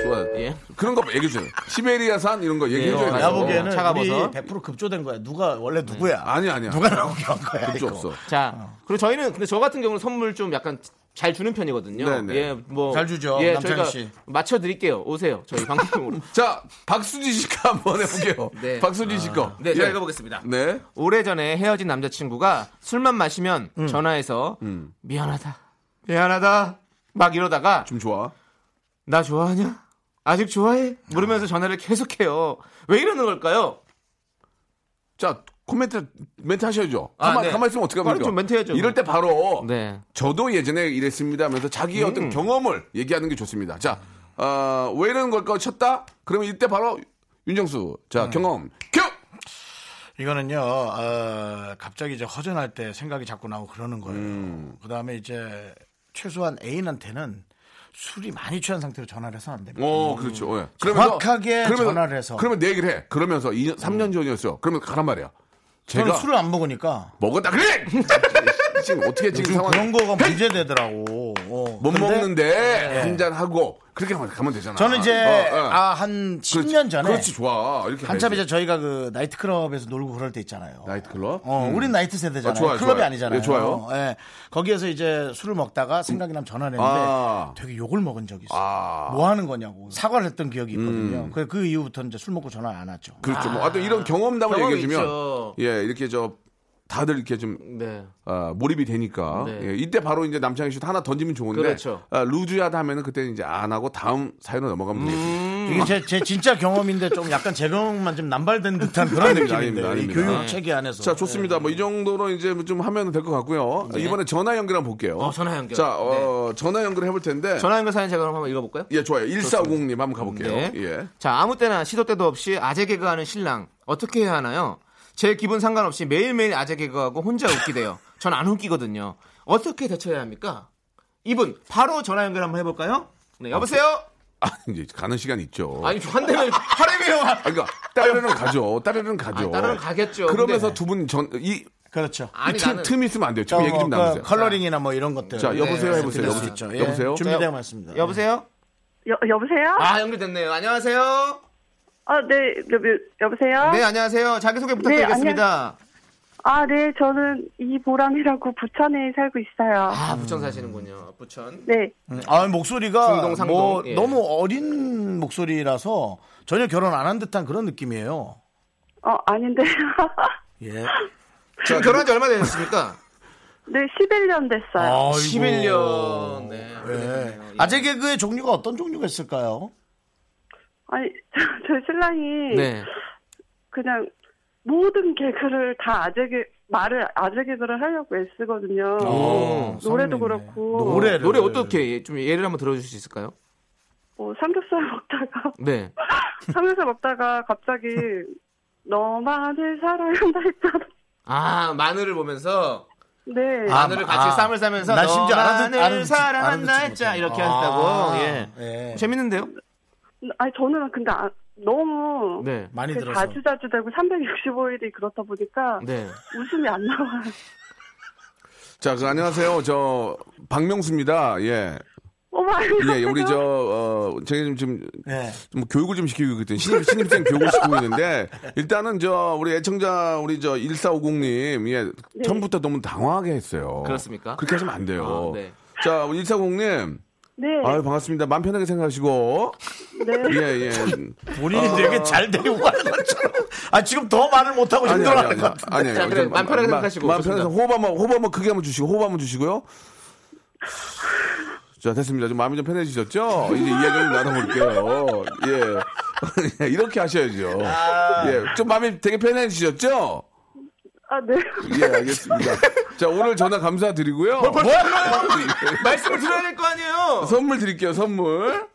[SPEAKER 1] 좋아요.
[SPEAKER 3] 예.
[SPEAKER 1] 그런 거 얘기해줘요. 시베리아산 이런 거 얘기해줘요.
[SPEAKER 3] 예,
[SPEAKER 4] 내가
[SPEAKER 3] 나
[SPEAKER 1] 죠
[SPEAKER 4] 보기에는 우리
[SPEAKER 3] 차가워서.
[SPEAKER 4] 100% 급조된 거야. 누가 원래 누구야?
[SPEAKER 1] 음. 아니, 아니야.
[SPEAKER 4] 누가 나오게 한 거야?
[SPEAKER 1] 급조
[SPEAKER 4] 이거.
[SPEAKER 1] 없어.
[SPEAKER 3] 자, 그리고 저희는 근데 저 같은 경우는 선물 좀 약간 잘 주는 편이거든요.
[SPEAKER 1] 네네.
[SPEAKER 3] 예, 뭐.
[SPEAKER 4] 잘 주죠,
[SPEAKER 3] 예,
[SPEAKER 4] 남창희
[SPEAKER 3] 저희가
[SPEAKER 4] 씨.
[SPEAKER 3] 맞춰드릴게요. 오세요. 저희 방송으로.
[SPEAKER 1] 자, 박수지 씨가 한번 해볼게요.
[SPEAKER 3] 네.
[SPEAKER 1] 박수지 씨
[SPEAKER 4] 아,
[SPEAKER 1] 거.
[SPEAKER 3] 네, 제가
[SPEAKER 1] 예.
[SPEAKER 3] 읽어보겠습니다.
[SPEAKER 1] 네.
[SPEAKER 3] 오래전에 헤어진 남자친구가 술만 마시면 전화해서 미안하다 미안하다 막 이러다가
[SPEAKER 1] 좀 좋아.
[SPEAKER 3] 나 좋아하냐 아직 좋아해 물으면서 전화를 계속해요 왜 이러는 걸까요
[SPEAKER 1] 자, 코멘트 멘트 하셔야죠.
[SPEAKER 3] 아,
[SPEAKER 1] 가만
[SPEAKER 3] 네.
[SPEAKER 1] 가만 있으면 어떻게
[SPEAKER 3] 빨리
[SPEAKER 1] 합니까?
[SPEAKER 3] 좀 멘트 해야죠.
[SPEAKER 1] 이럴 때 바로
[SPEAKER 3] 네
[SPEAKER 1] 저도 예전에 이랬습니다 하면서 자기의
[SPEAKER 4] 음.
[SPEAKER 1] 어떤 경험을 얘기하는 게 좋습니다. 자, 어, 왜 이러는 걸까 쳤다? 그러면 이때 바로 윤정수. 자,
[SPEAKER 4] 네.
[SPEAKER 1] 경험. 큐!
[SPEAKER 4] 이거는요, 어, 갑자기 이제 허전할 때 생각이 자꾸 나고 그러는 거예요. 그 다음에 이제 최소한 애인한테는 술이 많이 취한 상태로 전화를 해서는 안 됩니다.
[SPEAKER 1] 오, 그렇죠. 예.
[SPEAKER 4] 음. 정확하게 전화를 해서.
[SPEAKER 1] 그러면 내 얘기를 해. 그러면서 2년, 3년 전이었어요. 그러면 가란 말이야.
[SPEAKER 4] 저는
[SPEAKER 1] 제가
[SPEAKER 4] 술을 안 먹으니까
[SPEAKER 1] 먹었다 그래. 지금 어떻게 지금
[SPEAKER 4] 요즘
[SPEAKER 1] 상황
[SPEAKER 4] 그런 거가 문제되더라고. 어,
[SPEAKER 1] 못
[SPEAKER 4] 근데 네.
[SPEAKER 1] 먹는데 한잔 하고 그렇게 가면 되잖아.
[SPEAKER 4] 저는 이제
[SPEAKER 1] 어, 어.
[SPEAKER 4] 아, 한 10년 전에
[SPEAKER 1] 그렇지 좋아 이렇게
[SPEAKER 4] 한참
[SPEAKER 1] 가야지.
[SPEAKER 4] 이제 저희가 그 나이트클럽에서 놀고 그럴 때 있잖아요.
[SPEAKER 1] 나이트클럽
[SPEAKER 4] 어, 우린 나이트 세대잖아요.
[SPEAKER 1] 아, 좋아요,
[SPEAKER 4] 클럽이
[SPEAKER 1] 좋아요.
[SPEAKER 4] 아니잖아요.
[SPEAKER 1] 예, 좋아요.
[SPEAKER 4] 예. 거기에서 이제 술을 먹다가 생각이 나면 전화를 했는데
[SPEAKER 1] 아.
[SPEAKER 4] 되게 욕을 먹은 적이 있어요.
[SPEAKER 1] 아. 음.
[SPEAKER 4] 뭐 하는 거냐고 사과를 했던 기억이 있거든요. 그래, 그 이후부터 이제 술 먹고 전화 안 하죠.
[SPEAKER 1] 그렇죠 뭐 하여튼 이런 경험담을
[SPEAKER 3] 경험이
[SPEAKER 1] 얘기해 주면
[SPEAKER 3] 있죠.
[SPEAKER 1] 예 이렇게 저 다들 이렇게 좀
[SPEAKER 3] 네.
[SPEAKER 1] 아, 몰입이 되니까
[SPEAKER 3] 네.
[SPEAKER 1] 예, 이때 바로 이제 남창희 씨 하나 던지면 좋은데
[SPEAKER 3] 그렇죠.
[SPEAKER 1] 아, 루즈하다 하면은 그때 이제 안 하고 다음 사연으로 넘어가면 되겠습니다.
[SPEAKER 4] 이게 제, 제 진짜 경험인데 좀 약간 제 경험만 좀 남발된 듯한 그런
[SPEAKER 1] 아닙니다,
[SPEAKER 4] 느낌인데요. 이
[SPEAKER 1] 아닙니다, 아닙니다.
[SPEAKER 4] 교육 체계 안에서.
[SPEAKER 1] 자 좋습니다. 뭐 이 정도로 이제 좀 하면 될 것 같고요. 이번에 전화 연결 한번 볼게요.
[SPEAKER 3] 네. 어, 전화 연결. 네.
[SPEAKER 1] 자 어, 전화 연결 해볼 텐데
[SPEAKER 3] 전화 연결 사연 제가 그럼 한번 읽어볼까요
[SPEAKER 1] 예 좋아요. 1450님 한번 가볼게요.
[SPEAKER 3] 네.
[SPEAKER 1] 예.
[SPEAKER 3] 자, 아무 때나 시도 때도 없이 아재 개그하는 신랑 어떻게 해야 하나요? 제 기분 상관없이 매일매일 아재 개그하고 혼자 웃기대요. 전 안 웃기거든요. 어떻게 대처해야 합니까? 이분 바로 전화 연결 한번 해볼까요? 네, 여보세요.
[SPEAKER 1] 아 이제 가는 시간 있죠.
[SPEAKER 3] 아니 한 대면 하래매요.
[SPEAKER 1] 어. 아, 그러니까 따르는 가죠. 따르는 가죠.
[SPEAKER 3] 아, 따르는 가겠죠.
[SPEAKER 1] 그러면서
[SPEAKER 3] 근데-
[SPEAKER 1] 두 분 전 이
[SPEAKER 4] 그렇죠.
[SPEAKER 3] 아니,
[SPEAKER 1] 이 틈,
[SPEAKER 3] 나는-
[SPEAKER 1] 틈 있으면 안 돼요. 좀 얘기 좀
[SPEAKER 4] 어,
[SPEAKER 1] 나누세요.
[SPEAKER 4] 그 컬러링이나 뭐 이런 것들.
[SPEAKER 1] 자, 여보세요 해보세요.
[SPEAKER 4] 말씀드릴 수
[SPEAKER 1] 여보세요.
[SPEAKER 4] 있죠. 예.
[SPEAKER 1] 여보세요?
[SPEAKER 4] 준비되어 있습니다.
[SPEAKER 3] 여보세요.
[SPEAKER 6] 여, 여보세요?
[SPEAKER 3] 아 연결됐네요. 안녕하세요.
[SPEAKER 6] 아, 네, 여보, 여보세요?
[SPEAKER 3] 네, 안녕하세요. 자기소개 부탁드리겠습니다.
[SPEAKER 6] 아, 네, 저는 이보람이라고 부천에 살고 있어요.
[SPEAKER 3] 아, 부천 사시는군요. 부천.
[SPEAKER 6] 네,
[SPEAKER 4] 아 목소리가
[SPEAKER 3] 중동, 상동,
[SPEAKER 4] 뭐
[SPEAKER 3] 예.
[SPEAKER 4] 너무 어린 목소리라서 전혀 결혼 안 한 듯한 그런 느낌이에요.
[SPEAKER 6] 어, 아닌데.
[SPEAKER 4] 예.
[SPEAKER 3] 지금 결혼한 지 얼마 되셨습니까?
[SPEAKER 6] 네, 11년 됐어요.
[SPEAKER 3] 11년. 네.
[SPEAKER 4] 예.
[SPEAKER 3] 그러네요. 예.
[SPEAKER 4] 아재 개그의 종류가 어떤 종류가 있을까요?
[SPEAKER 6] 아니, 저희 신랑이
[SPEAKER 3] 네.
[SPEAKER 6] 그냥 모든 개그를 다 아재개, 말을 아재개그를 하려고 애쓰거든요. 뭐,
[SPEAKER 3] 오,
[SPEAKER 4] 성인이네.
[SPEAKER 6] 노래도 그렇고.
[SPEAKER 4] 노래를.
[SPEAKER 3] 노래 어떻게 예, 좀 예를 한번 들어줄 수 있을까요?
[SPEAKER 6] 뭐, 삼겹살 먹다가,
[SPEAKER 3] 네.
[SPEAKER 6] 삼겹살 먹다가 갑자기 너만을 사랑한다 했잖아.
[SPEAKER 3] 아 마늘을 보면서
[SPEAKER 6] 네.
[SPEAKER 4] 아,
[SPEAKER 3] 마늘을 같이
[SPEAKER 4] 아.
[SPEAKER 3] 쌈을 싸면서
[SPEAKER 4] 나 심지어 알아듣-
[SPEAKER 3] 마늘
[SPEAKER 4] 알아듣지-
[SPEAKER 3] 사랑한다
[SPEAKER 4] 알아듣지
[SPEAKER 3] 했자
[SPEAKER 4] 못해.
[SPEAKER 3] 이렇게
[SPEAKER 4] 아.
[SPEAKER 3] 하셨다고. 예.
[SPEAKER 4] 예.
[SPEAKER 3] 재밌는데요?
[SPEAKER 6] 아니, 저는 근데 아- 너무.
[SPEAKER 3] 네.
[SPEAKER 4] 많이
[SPEAKER 6] 그
[SPEAKER 4] 들어서.
[SPEAKER 6] 자주 자주 되고 365일이 그렇다 보니까
[SPEAKER 3] 네.
[SPEAKER 6] 웃음이 안 나와요.
[SPEAKER 1] 자, 그 안녕하세요. 저 박명수입니다. 예.
[SPEAKER 6] 어머,
[SPEAKER 1] 예, 우리 저, 어, 제가 지금, 지금
[SPEAKER 4] 예.
[SPEAKER 1] 좀 교육을 좀 시키고 있거든요. 신입, 신입생 교육을 시키고 있는데, 일단은 저, 우리 애청자, 우리 저, 1450님, 예, 처음부터 너무 당황하게 했어요.
[SPEAKER 3] 네. 그렇습니까?
[SPEAKER 1] 그렇게 하시면 안 돼요.
[SPEAKER 3] 아, 네.
[SPEAKER 1] 자, 우리 1450님,
[SPEAKER 6] 네,
[SPEAKER 1] 아유, 반갑습니다. 마음 편하게 생각하시고,
[SPEAKER 6] 네.
[SPEAKER 1] 예, 예.
[SPEAKER 4] 본인이 되게 잘 데리고 가는 것처럼. 아, 지금 더 말을 못하고 힘들어하는 것 같아.
[SPEAKER 1] 아니,
[SPEAKER 3] 자,
[SPEAKER 1] 아니.
[SPEAKER 3] 그래, 마음 편하게 생각하시고
[SPEAKER 1] 마음
[SPEAKER 3] 좋습니다.
[SPEAKER 1] 편하게 생각- 호흡 한번, 호흡 한번 크게 한번 주시고, 호흡 한번 주시고요. 자, 됐습니다. 좀 마음이 좀 편해지셨죠? 이제 이야기를 좀 나눠볼게요. 예. 이렇게 하셔야죠.
[SPEAKER 3] 아.
[SPEAKER 1] 예. 좀 마음이 되게 편해지셨죠?
[SPEAKER 6] 아, 네.
[SPEAKER 1] 예, 알겠습니다. 자, 오늘 전화 감사드리고요.
[SPEAKER 3] 말씀을 드려야 될 거 아니에요.
[SPEAKER 1] 선물 드릴게요, 선물.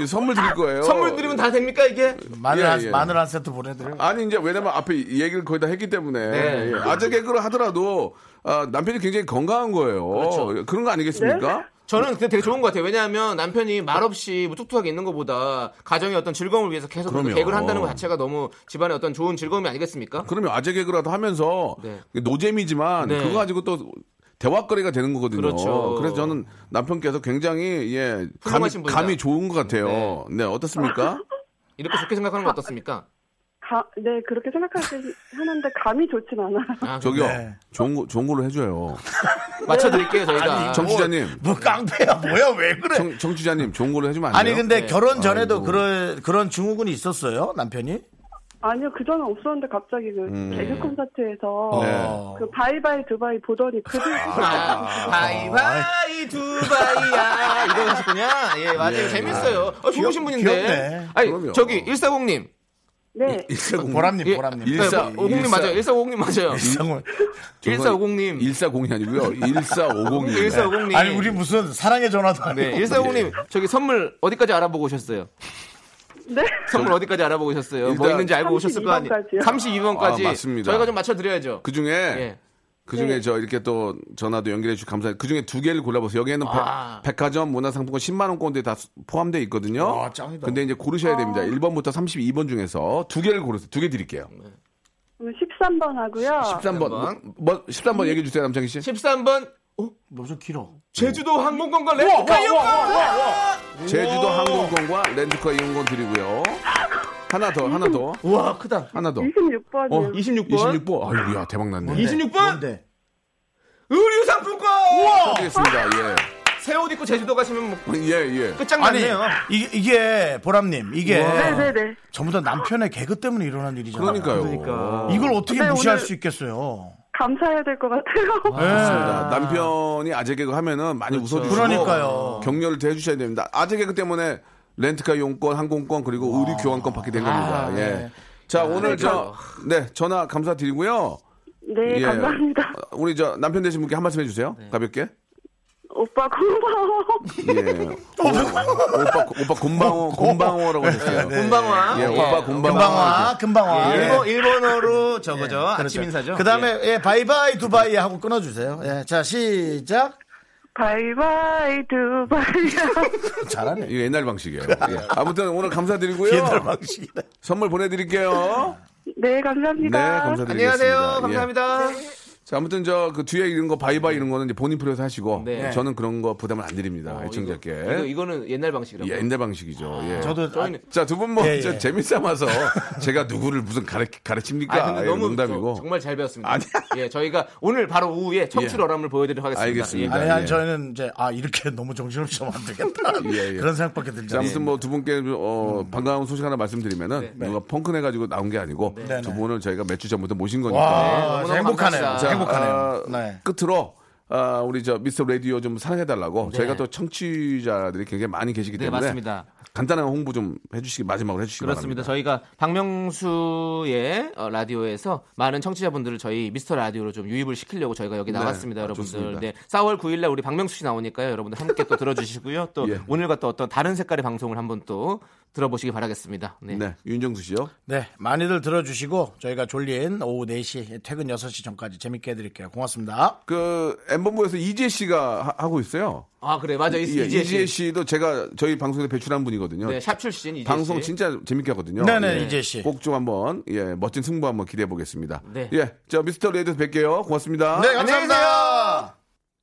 [SPEAKER 1] 예, 선물 드릴 거예요.
[SPEAKER 3] 선물 드리면 다 됩니까 이게?
[SPEAKER 4] 마늘,
[SPEAKER 1] 예,
[SPEAKER 4] 한,
[SPEAKER 1] 예.
[SPEAKER 4] 마늘 한 세트 보내드려요.
[SPEAKER 1] 아니 이제 왜냐면 앞에 얘기를 거의 다 했기 때문에
[SPEAKER 3] 네.
[SPEAKER 1] 예, 아재 개그를 하더라도 아, 남편이 굉장히 건강한 거예요.
[SPEAKER 3] 그렇죠.
[SPEAKER 1] 그런거 아니겠습니까?
[SPEAKER 3] 저는 그게 되게 좋은 것 같아요. 왜냐하면 남편이 말없이 뭐 무뚝뚝하게 있는 것보다 가정의 어떤 즐거움을 위해서 계속 그렇게
[SPEAKER 1] 그럼요.
[SPEAKER 3] 개그를 한다는 것 자체가 너무 집안의 어떤 좋은 즐거움이 아니겠습니까?
[SPEAKER 1] 그러면 아재 개그라도 하면서
[SPEAKER 3] 네.
[SPEAKER 1] 노잼이지만
[SPEAKER 3] 네.
[SPEAKER 1] 그거 가지고 또 대화거리가 되는 거거든요.
[SPEAKER 3] 그렇죠.
[SPEAKER 1] 래서 저는 남편께서 굉장히 예 감이,
[SPEAKER 3] 훌륭하신 분이다.
[SPEAKER 1] 감이 좋은 것 같아요. 네, 어떻습니까?
[SPEAKER 3] 이렇게 좋게 생각하는 거 어떻습니까?
[SPEAKER 6] 가, 네, 그렇게 생각하긴 하는데 감이 좋진 않아요.
[SPEAKER 3] 아,
[SPEAKER 1] 저기요
[SPEAKER 4] 네.
[SPEAKER 1] 좋은 거 좋은 걸로 해줘요.
[SPEAKER 3] 맞춰드릴게요 저희가.
[SPEAKER 1] 정치자님
[SPEAKER 4] 뭐 깡패야, 뭐야, 왜 그래?
[SPEAKER 1] 정, 정치자님 좋은 걸로 해주면 안
[SPEAKER 4] 아니
[SPEAKER 1] 돼요?
[SPEAKER 4] 근데
[SPEAKER 3] 네.
[SPEAKER 4] 결혼 전에도 그런 그런 증후군이 있었어요 남편이?
[SPEAKER 6] 아니요, 그전엔 없었는데 갑자기 그
[SPEAKER 1] 음.
[SPEAKER 6] 개그 콘서트에서
[SPEAKER 1] 네.
[SPEAKER 6] 그 바이바이 두바이 보더니 그게
[SPEAKER 3] 아, 바이바이 두바이야 이거 하시군요. 예 맞아요 재밌어요. 어, 좋으신 분인데.
[SPEAKER 4] 귀엽네.
[SPEAKER 3] 아니
[SPEAKER 1] 그럼요.
[SPEAKER 3] 저기 1450님.
[SPEAKER 6] 네,
[SPEAKER 1] 일사공
[SPEAKER 4] 보람님
[SPEAKER 3] 예.
[SPEAKER 4] 보람님.
[SPEAKER 1] 일- 일사-
[SPEAKER 3] 1450님
[SPEAKER 1] 일사-
[SPEAKER 3] 맞아요. 1450님 맞아요.
[SPEAKER 4] 이상을.
[SPEAKER 3] 1450님.
[SPEAKER 1] 14공이 아니고요.
[SPEAKER 3] 예,
[SPEAKER 1] 1450님.
[SPEAKER 3] 1450님.
[SPEAKER 4] 아니 우리 예. 무슨 사랑의 전화도 아니고.
[SPEAKER 3] 네, 1450님 저기 선물 어디까지 알아보고 오셨어요?
[SPEAKER 6] 네,
[SPEAKER 3] 선물 어디까지 알아보고 오셨어요? 뭐
[SPEAKER 1] 일단
[SPEAKER 3] 있는지 알고 오셨을 거 아니에요?
[SPEAKER 6] 32번까지요.
[SPEAKER 3] 32번까지.
[SPEAKER 1] 아, 맞습니다.
[SPEAKER 3] 저희가 좀 맞춰드려야죠.
[SPEAKER 1] 그 중에
[SPEAKER 3] 예.
[SPEAKER 1] 그 중에 저 이렇게 또 전화도 연결해 주셔서 감사해요. 그 중에 두 개를 골라보세요. 여기에는 백-
[SPEAKER 3] 아.
[SPEAKER 1] 백화점 문화상품권 10만 원권대 다 포함되어 있거든요.
[SPEAKER 4] 와, 짱이다.
[SPEAKER 1] 근데 이제 고르셔야 됩니다. 1번부터 32번 중에서 두 개를 고르세요. 두 개 드릴게요.
[SPEAKER 6] 그럼 13번 하고요.
[SPEAKER 1] 13번. 뭐, 뭐, 13번 얘기해 주세요, 남창희 씨.
[SPEAKER 3] 13번
[SPEAKER 4] 너무 길어. 네.
[SPEAKER 3] 제주도 항공권과 렌트카 이용권.
[SPEAKER 1] 제주도 항공권과 렌트카 이용권 드리고요. 하나 더, 하나 더.
[SPEAKER 3] 우와 크다.
[SPEAKER 1] 하나 더.
[SPEAKER 6] 26번이요.
[SPEAKER 1] 어,
[SPEAKER 3] 26번.
[SPEAKER 1] 26번. 아이고야, 대박 났네.
[SPEAKER 3] 26번.
[SPEAKER 4] 뭔데?
[SPEAKER 3] 의류 상품권.
[SPEAKER 1] 네, 드리겠습니다.
[SPEAKER 3] 새 옷 입고 제주도 가시면 뭐
[SPEAKER 1] 예. 예, 예.
[SPEAKER 4] 아니
[SPEAKER 3] 끝장났네요.
[SPEAKER 4] 이게, 이게 보람님 이게
[SPEAKER 6] 네, 네, 네.
[SPEAKER 4] 전부 다 남편의 개그 때문에 일어난 일이잖아요.
[SPEAKER 1] 그러니까요.
[SPEAKER 4] 이걸 어떻게
[SPEAKER 6] 네,
[SPEAKER 4] 무시할
[SPEAKER 6] 오늘-
[SPEAKER 4] 수 있겠어요?
[SPEAKER 6] 감사해야 될 것 같아요.
[SPEAKER 1] 자, 남편이 아재 개그 하면은 많이 웃어주시고
[SPEAKER 4] 그러니까요.
[SPEAKER 1] 격려를 더 해주셔야 됩니다. 아재 개그 때문에 렌트카 이용권, 항공권 그리고 의류 교환권 받게 된 겁니다. 예. 자 오늘 저 네 전화 감사드리고요.
[SPEAKER 6] 네,
[SPEAKER 1] 예.
[SPEAKER 6] 감사합니다.
[SPEAKER 1] 어, 우리 저 남편 되신 분께 한 말씀 해주세요. 가볍게.
[SPEAKER 6] 오빠 고마워.
[SPEAKER 1] 예. 오, 오빠 오빠 곰방어 곰방어라고 해주세요.
[SPEAKER 3] 네. 금방화.
[SPEAKER 1] 예, 오빠 곰방어.
[SPEAKER 4] 금방와 금방와.
[SPEAKER 3] 일본 일본어로 저거죠.
[SPEAKER 4] 그렇죠.
[SPEAKER 3] 아침 인사죠.
[SPEAKER 4] 그다음에 예, 바이바이 두바이 하고 끊어주세요. 예, 자 시작.
[SPEAKER 6] 바이바이 두바이야.
[SPEAKER 4] 잘하네.
[SPEAKER 1] 이거 옛날 방식이에요. 예. 아무튼 오늘 감사드리고요.
[SPEAKER 4] 옛날 방식이다.
[SPEAKER 1] 선물 보내드릴게요.
[SPEAKER 6] 네,
[SPEAKER 1] 네,
[SPEAKER 6] 감사합니다.
[SPEAKER 1] 감사드리겠습니다.
[SPEAKER 3] 안녕하세요.
[SPEAKER 1] 예.
[SPEAKER 3] 감사합니다.
[SPEAKER 1] 자, 아무튼 저 그 뒤에 이런 거 바이바이 이런 거는 이제 본인 프로에서 하시고
[SPEAKER 3] 네.
[SPEAKER 1] 저는 그런 거 부담을 안 드립니다.
[SPEAKER 3] 어,
[SPEAKER 1] 애청자께.
[SPEAKER 3] 이거, 이거, 이거는 옛날 방식이라고. 아,
[SPEAKER 1] 예, 옛날 방식이죠. 예.
[SPEAKER 4] 저도 아,
[SPEAKER 3] 저희는-
[SPEAKER 1] 자, 두 분 뭐,
[SPEAKER 4] 예,
[SPEAKER 1] 저
[SPEAKER 4] 예.
[SPEAKER 1] 재미삼아서 제가 누구를 무슨 가르, 가르칩니까?
[SPEAKER 3] 아, 근데
[SPEAKER 1] 예,
[SPEAKER 3] 너무
[SPEAKER 1] 농담이고.
[SPEAKER 3] 저- 정말 잘 배웠습니다.
[SPEAKER 1] 아니.
[SPEAKER 3] 예, 저희가 오늘 바로 오후에 청출
[SPEAKER 1] 예.
[SPEAKER 3] 어람을 보여드리도록 하겠습니다.
[SPEAKER 1] 알겠습니다.
[SPEAKER 4] 아니, 아니
[SPEAKER 1] 예.
[SPEAKER 4] 저희는 이제 아 이렇게 너무 정신없이 하면 안 되겠다
[SPEAKER 1] 예, 예.
[SPEAKER 4] 그런 생각밖에
[SPEAKER 1] 자,
[SPEAKER 4] 들지
[SPEAKER 1] 아무튼
[SPEAKER 3] 네.
[SPEAKER 4] 않습니다.
[SPEAKER 1] 뭐 두 분께 어,
[SPEAKER 3] 음.
[SPEAKER 1] 반가운 소식 하나 말씀드리면은 누가 펑크내 가지고 나온 게 아니고
[SPEAKER 4] 네.
[SPEAKER 1] 두 분을 저희가 몇 주 전부터 모신
[SPEAKER 4] 뭐-
[SPEAKER 1] 거니까.
[SPEAKER 4] 와
[SPEAKER 3] 네, 너무너무
[SPEAKER 4] 행복하네요.
[SPEAKER 3] 감사합니다.
[SPEAKER 1] 자,
[SPEAKER 4] 행복하네요.
[SPEAKER 1] 아,
[SPEAKER 4] 네.
[SPEAKER 1] 끝으로 아, 우리 저 미스터 라디오 좀 사랑해달라고 저희가 또 청취자들이 굉장히 많이 계시기
[SPEAKER 3] 네,
[SPEAKER 1] 때문에
[SPEAKER 3] 맞습니다.
[SPEAKER 1] 간단한 홍보 좀 해주시기 마지막으로 해주시기 바랍니다.
[SPEAKER 3] 그렇습니다. 저희가 박명수의 어, 라디오에서 많은 청취자분들을 저희 미스터 라디오로 좀 유입을 시키려고 저희가 여기 나왔습니다, 여러분들.
[SPEAKER 1] 네. 아, 좋습니다.
[SPEAKER 3] 네, 4월 9일 날 우리 박명수 씨 나오니까요. 여러분들 함께 또 들어주시고요. 또
[SPEAKER 1] 예.
[SPEAKER 3] 오늘과 또 어떤 다른 색깔의 방송을 한번 또 들어보시기 바라겠습니다. 네.
[SPEAKER 1] 네, 윤정수 씨요.
[SPEAKER 4] 네, 많이들 들어주시고 저희가 졸린 오후 4시 퇴근 6시 전까지 재밌게 해드릴게요. 고맙습니다.
[SPEAKER 1] 그 엠본부에서 이지혜 씨가 하, 고 있어요.
[SPEAKER 3] 아, 그래. 맞아. 이-
[SPEAKER 1] 예,
[SPEAKER 3] 이지혜 씨.
[SPEAKER 1] 도 제가 저희 방송에 배출한 분이거든요.
[SPEAKER 3] 네, 샵 출신 이지혜
[SPEAKER 1] 방송
[SPEAKER 3] 씨.
[SPEAKER 1] 진짜 재밌게 하거든요.
[SPEAKER 4] 네네, 이지혜 씨.
[SPEAKER 1] 꼭 좀 한번 예 멋진 승부 한번 기대해 보겠습니다.
[SPEAKER 3] 네.
[SPEAKER 1] 예, 저 미스터 레디에서 뵐게요. 고맙습니다.
[SPEAKER 4] 네, 감사합니다.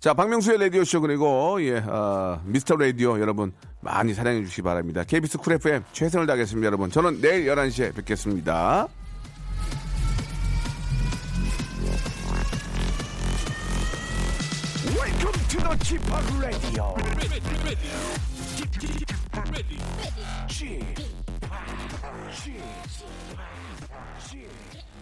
[SPEAKER 1] 자, 박명수의 라디오쇼 그리고 예, 아, 미스터 라디오 여러분 많이 사랑해 주시기 바랍니다. KBS 쿨 FM 최선을 다하겠습니다, 여러분. 저는 내일 11시에 뵙겠습니다.
[SPEAKER 5] Welcome to the Chip Radio. Chip